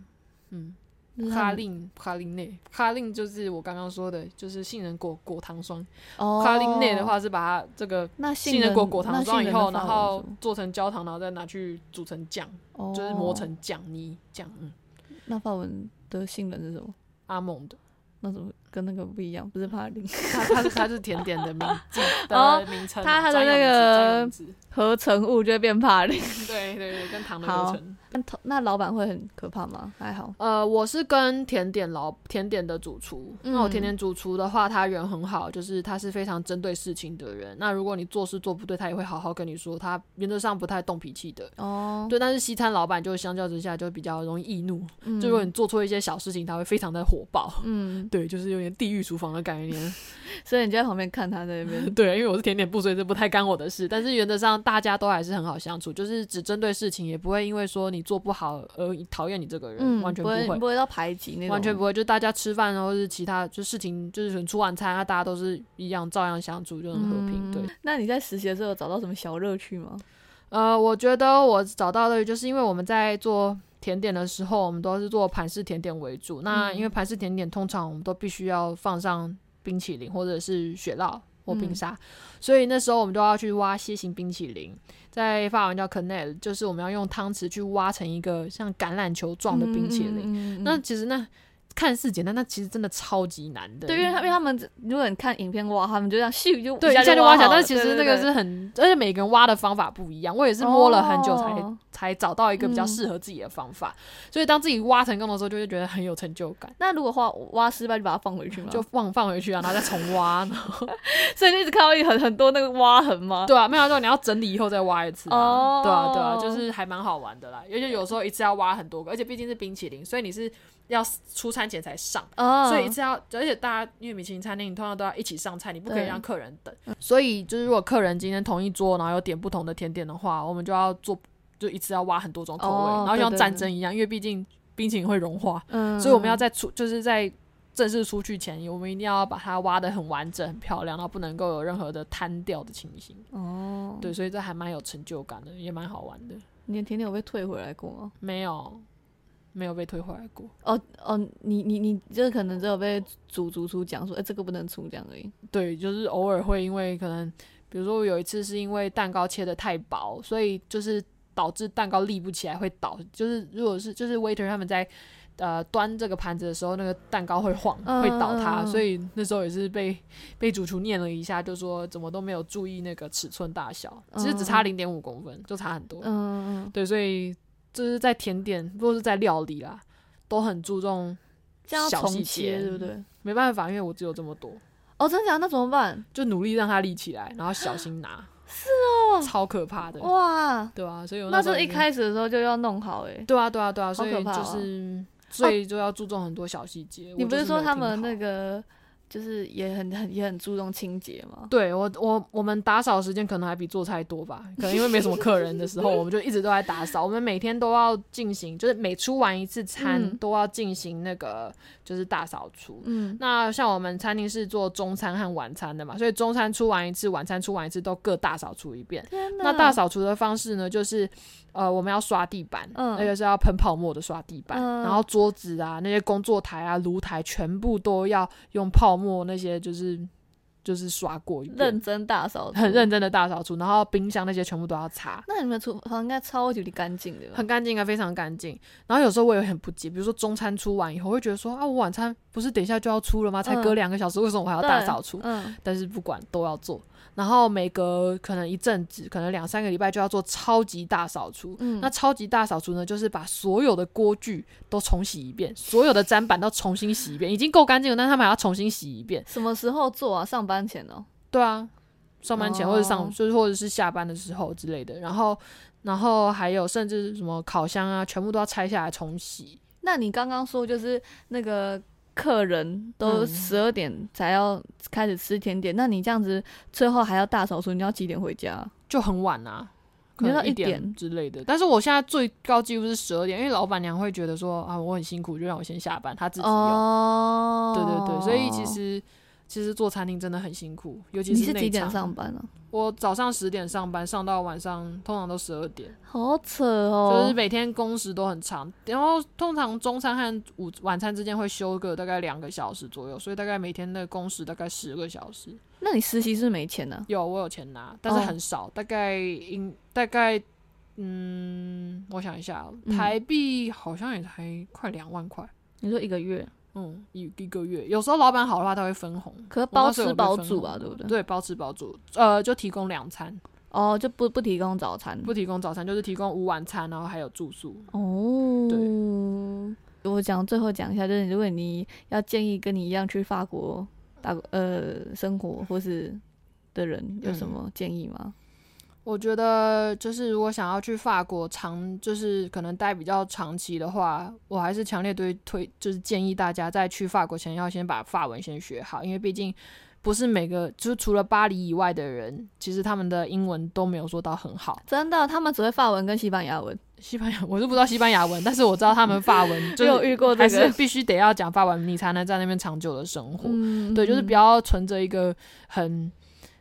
嗯。
就是他
卡
们
令卡令内，卡令就是我刚刚说的，就是杏仁果果糖霜。
哦，
卡令内的，话是把它这个
那
杏
仁
仁果果糖
那
霜以
杏仁的
后，
法文
然后
是什么
做成焦糖，然后再拿去煮成酱，
哦
就是磨成酱泥酱。嗯，
那法文的杏仁是什么？
阿 蒙的，
那怎么跟那个不一样？不是帕林，
它它是它是甜点的名字
哦
的名称
它
啊，
它的
专有
那个
名词专有名
合成物就会变帕林。
词对对对，跟糖的
好
合 成。
那头那老板会很可怕吗？还好。
呃，我是跟甜点老甜点的主厨，那我
嗯
甜点主厨的话，他人很好，就是他是非常针对事情的人。那如果你做事做不对，他也会好好跟你说，他原则上不太动脾气的。
哦，
对，但是西餐老板就相较之下就比较容易易怒，
嗯
就如果你做错一些小事情，他会非常的火爆。
嗯，
对，就是有点地狱厨房的概念。
所以你就在旁边看他在那边
对，因为我是甜点部，所以这不太干我的事。但是原则上大家都还是很好相处，就是只针对事情，也不会因为说你做不好而讨厌你这个人，
嗯，
完全
不
会。
不会到排挤那种，
完全不会，就大家吃饭然后是其他就事情，就是可能出晚餐啊，大家都是一样，照样相处，就很和平。对，
嗯那你在实习的时候有找到什么小乐趣吗？
呃，我觉得我找到的就是因为我们在做甜点的时候，我们都是做盘式甜点为主。那
嗯
因为盘式甜点通常我们都必须要放上冰淇淋或者是雪酪或
嗯
冰沙，所以那时候我们都要去挖楔形冰淇淋，在法文叫 c a n e l 就是我们要用汤匙去挖成一个像橄榄球状的冰淇淋。
淋
那其实那看似简单，那其实真的超级难的。
对，因为他因为他们如果你看影片挖，他们就这样咻就
对，一下
就
就挖起来，
好了
但是其实那个是很，而且每个人挖的方法不一样。我也是摸了很久才、
哦
才找到一个比较
嗯
适合自己的方法，所以当自己挖成功的时候，就会觉得很有成就感，
那如果挖挖失败就把它放回去嘛，
就放放回去啊，然后再重挖。然后
所以就一直看到一很很多那个挖痕嘛。
对啊，没有就你要整理以后再挖一次、啊。
哦
对啊，对啊，就是还蛮好玩的啦。而且有时候一次要挖很多个，而且毕竟是冰淇淋，所以你是要出餐前才上。
啊
所以一次要，而且大家因为米其林餐厅，你通常都要一起上菜，你不可以
对
让客人等。
嗯
所以就是如果客人今天同一桌，然后有点不同的甜点的话，我们就要做，就一次要挖很多种口味，
哦
然后就像
对对
战争一样，因为毕竟冰淇淋会融化，
嗯
所以我们要在出，就是在正式出去前，我们一定要把它挖得很完整、很漂亮，然后不能够有任何的摊掉的情形。
哦，
对，所以这还蛮有成就感的，也蛮好玩的。
你的甜点有被退回来过吗？
没有，没有被退回来过。
哦哦，你你你就是可能只有被主主厨讲说，哎、这个不能出这样而已。
对，就是偶尔会因为可能，比如说我有一次是因为蛋糕切的太薄，所以就是导致蛋糕立不起来会倒。就是如果是就是 waiter 他们在呃端这个盘子的时候，那个蛋糕会晃，
嗯
会倒塌。
嗯嗯
所以那时候也是被被主厨念了一下，就说怎么都没有注意那个尺寸大小，其实只差零点五公分，就差很多。
嗯嗯，嗯嗯
对，所以就是在甜点或是在料理啦，都很注重。
这样要
小
重
细
切
节
对不对？
没办法，因为我只有这么多。
哦，真假？那怎么办？
就努力让它立起来，然后小心拿。是哦，超可怕的，
哇，
对啊，所以我
那
时
就
候
是一
已经，
开始的时候就要弄好哎、
对啊，对啊，对啊，
好
所
可
以
怕
就
哦
是，所以就要注重很多小细节。
你
我
不
就是没
说
有
他
听
们
好
那？个就是也很很也很注重清洁吗？
对我，我我们打扫时间可能还比做菜多 吧，可能因为没什么客人的时候，我们就一直都在打扫。我们每天都要进行，就是每出完一次餐、
嗯
都要进行那个就是大扫除。
嗯，
那像我们餐厅是做中餐和晚餐的嘛，所以中餐出完一次，晚餐出完一次，都各大扫除一遍。
天哪！
那大扫除的方式呢，就是呃，我们要刷地板，
嗯
那个是要喷泡沫的刷地板，
嗯
然后桌子啊、那些工作台啊、炉台全部都要用泡沫那些，就是就是刷过一遍
认，真大扫除，
很认。真的大扫除，然后冰箱那些全部都要擦。
那你们厨房应该超级干净的吧？
很干净啊，非常干净。然后有时候我也很不解，比如说中餐出完以后，我会觉得说啊，我晚餐不是等一下就要出了吗？才
嗯
隔两个小时，为什么我还要大
对
扫除？
嗯，
但是不管都要做。然后每隔可能一阵子，可能两三个礼拜就要做超级大扫除。
嗯
那超级大扫除呢，就是把所有的锅具都重洗一遍，所有的砧板都重新洗一遍，已经够干净了，但是他们还要重新洗一遍。
什么时候做啊？上班前哦。
对啊，上班前
哦
或者上就是或者是下班的时候之类的。然后，然后还有甚至什么烤箱啊，全部都要拆下来重洗。
那你刚刚说就是那个客人都
嗯
十二点才要开始吃甜点，那你这样子最后还要大扫除，你要几点回家？
就很晚啊，
你
可
说
能
一
一
点
点之类的。但是我现在最高纪录是十二点，因为老板娘会觉得说啊，我很辛苦，就让我先下班，她自己用。
哦，
对对对，所以其实其实做餐厅真的很辛苦，尤其
你是
内
几点
场
上？班啊？
我早上十点上班，上到晚上通常都十二点，
好扯
就
哦
是，每天工时都很长。然后通常中餐和午晚餐之间会休个大概两个小时左右，所以大概每天的工时大概十个小时。
那你实习是不是没钱啊呢、
有，我有钱拿，但是
哦
很少，大概应大概嗯，我想一下哦，
嗯
台币好像也才快两万块，
你说一个月，
嗯，一一个月。有时候老板好的话，他会分红，
可是
我
包
那时候
吃
有被
包
分
住
红
吧，对不对？
对，包吃包住，呃，就提供两餐，
哦，就不不提供早餐。
不提供早餐，就是提供午晚餐，然后还有住宿。
哦，我讲最后讲一下，就是如果你要建议跟你一样去法国打呃生活或是的人，有什
嗯
么建议吗？
我觉得就是如果想要去法国长，就是可能待比较长期的话，我还是强烈对推，就是建议大家在去法国前要先把法文先学好，因为毕竟不是每个，就是除了巴黎以外的人，其实他们的英文都没有说到很好。
真的，他们只会法文跟西班牙文，
西班牙 我是不知道西班牙文，但是我知道他们法 文就
有
是
遇过这
还是
个。
必须得要讲法文，你才能在那边长久的生活。
嗯
对，就是不
要
要存着一个很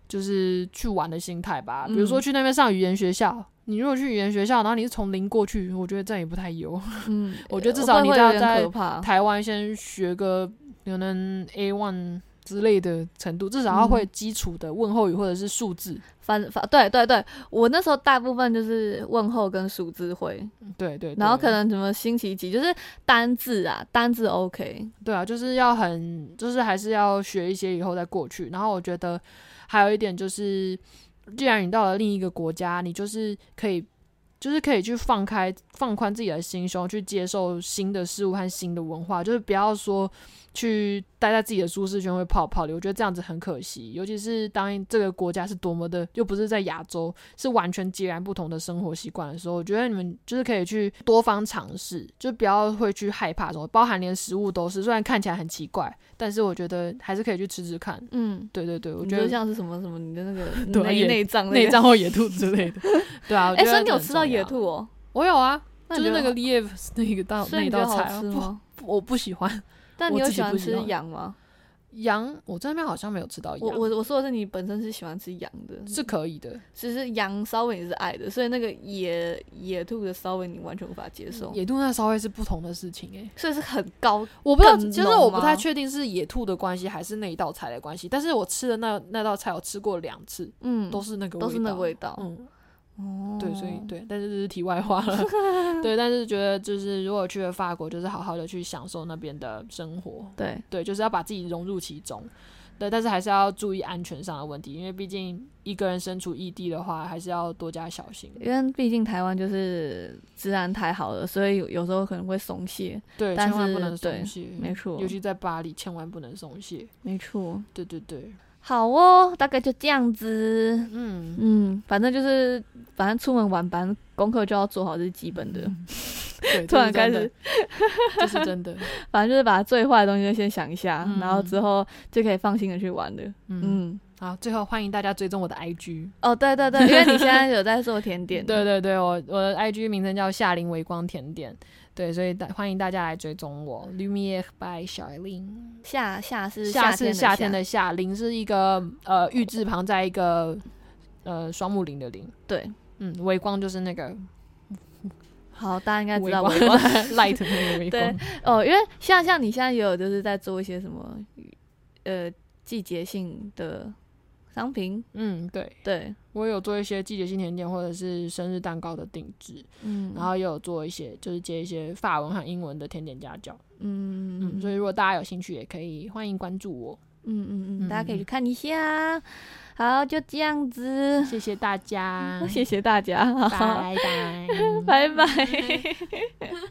就是去玩的心态吧。比如说
嗯
去那边上语言学校，你如果去语言学校，然后你是从零过去，我觉得这样也不太 有。
嗯，
我觉得至
呃
少
会
你
会
都
有
要
点
在
可怕。
台湾先学个可能 A one 之类的程度，至少要
嗯
会基础的问候语或者是数字。
反反对对对，我那时候大部分就是问候跟数字会，
对对对
然后可能什么星期几，就是单字啊，单字 OK。
对啊，就是要很，就是还是要学一些以后再过去。然后我觉得还有一点就是，既然你到了另一个国家，你就是可以，就是可以去放开、放宽自己的心胸，去接受新的事物和新的文化，就是不要说去待在自己的舒适圈会泡泡里。我觉得这样子很可惜，尤其是当这个国家是多么的，又不是在亚洲，是完全截然不同的生活习惯的时候，我觉得你们就是可以去多方尝试，就不要会去害怕什么，包含连食物都是，虽然看起来很奇怪，但是我觉得还是可以去吃吃看。
嗯，
对对对，我
你
觉
就
得
像是什么什么你的那个
对啊
内
也
内脏那个
内 脏或野兔之类的，对啊。我
哎、
觉得
所以你
这
有
很
吃到
重要
野？兔哦？
我有啊，
那
就
你
是
觉
那
得
个 l i e 那个道
好，所
那
以
一
你觉
道
得好
菜啊，
吃吗？
不，我不喜欢。
但你
我
有
自己
喜欢
不喜
吃
欢
羊 吗？
羊，我在那边好像没有吃到
我
羊，
我我说的是你本身是喜欢吃羊的，
是可以的。
只是羊稍微你是爱的，所以那个野野兔的稍微你完全无法接受，
野兔那稍微是不同的事情诶、欸
所以是很高
我不知道，
更
其实
浓
我不太
吗
确定是野兔的关系还是那一道菜的关系，但是我吃的那那道菜我吃过两次，
嗯，
都是那个
都是那
道
个味道
嗯，
哦
对，所以对，但是这是题外话了。 对，但是觉得就是如果去了法国，就是好好的去享受那边的生活，
对
对，就是要把自己融入其中。对，但是还是要注意安全上的问题，因为毕竟一个人身处异地的话，还是要多加小心。
因为毕竟台湾就是治安太好了，所以有有时候可能会松懈。
对，
但
千万不
是
能
对
松懈，
没错
尤其在巴黎，千万不能松懈。
没错，
对对对，
好哦，大概就这样子。
嗯，
嗯，反正就是，反正出门玩，反正功课就要做好，这是基本的。
嗯对，
突然开始，
这是真的，
反正就是把最坏的东西就先想一下，
嗯
然后之后就可以放心的去玩了。
嗯。
嗯，
好，最后欢迎大家追踪我的 IG。
哦，对对对， 因为你现在有在做甜点，
对对对，我我的 IG 名称叫夏琳微光甜点，对，所以大欢迎大家来追踪我。Lumiere by 小琳，
夏夏是
夏
天
是
的
夏天的夏，琳是一个呃玉字旁在一个呃双木林的林，
对。
嗯，微光就是那个
好，大家应该知
微
道
光
微光
light 那个微
对
光，
哦，因为像像你现在也有就是在做一些什么呃季节性的商品，
嗯，对
对，
我有做一些季节性甜点或者是生日蛋糕的定制，
嗯，
然后也有做一些就是接一些法文和英文的甜点家教，
嗯
嗯，
嗯
所以如果大家有兴趣，也可以欢迎关注我，
嗯嗯嗯，大家可以
嗯
去看一下。好，就这样子，
谢 谢大家，
谢谢大家，好
拜
拜
拜。
拜。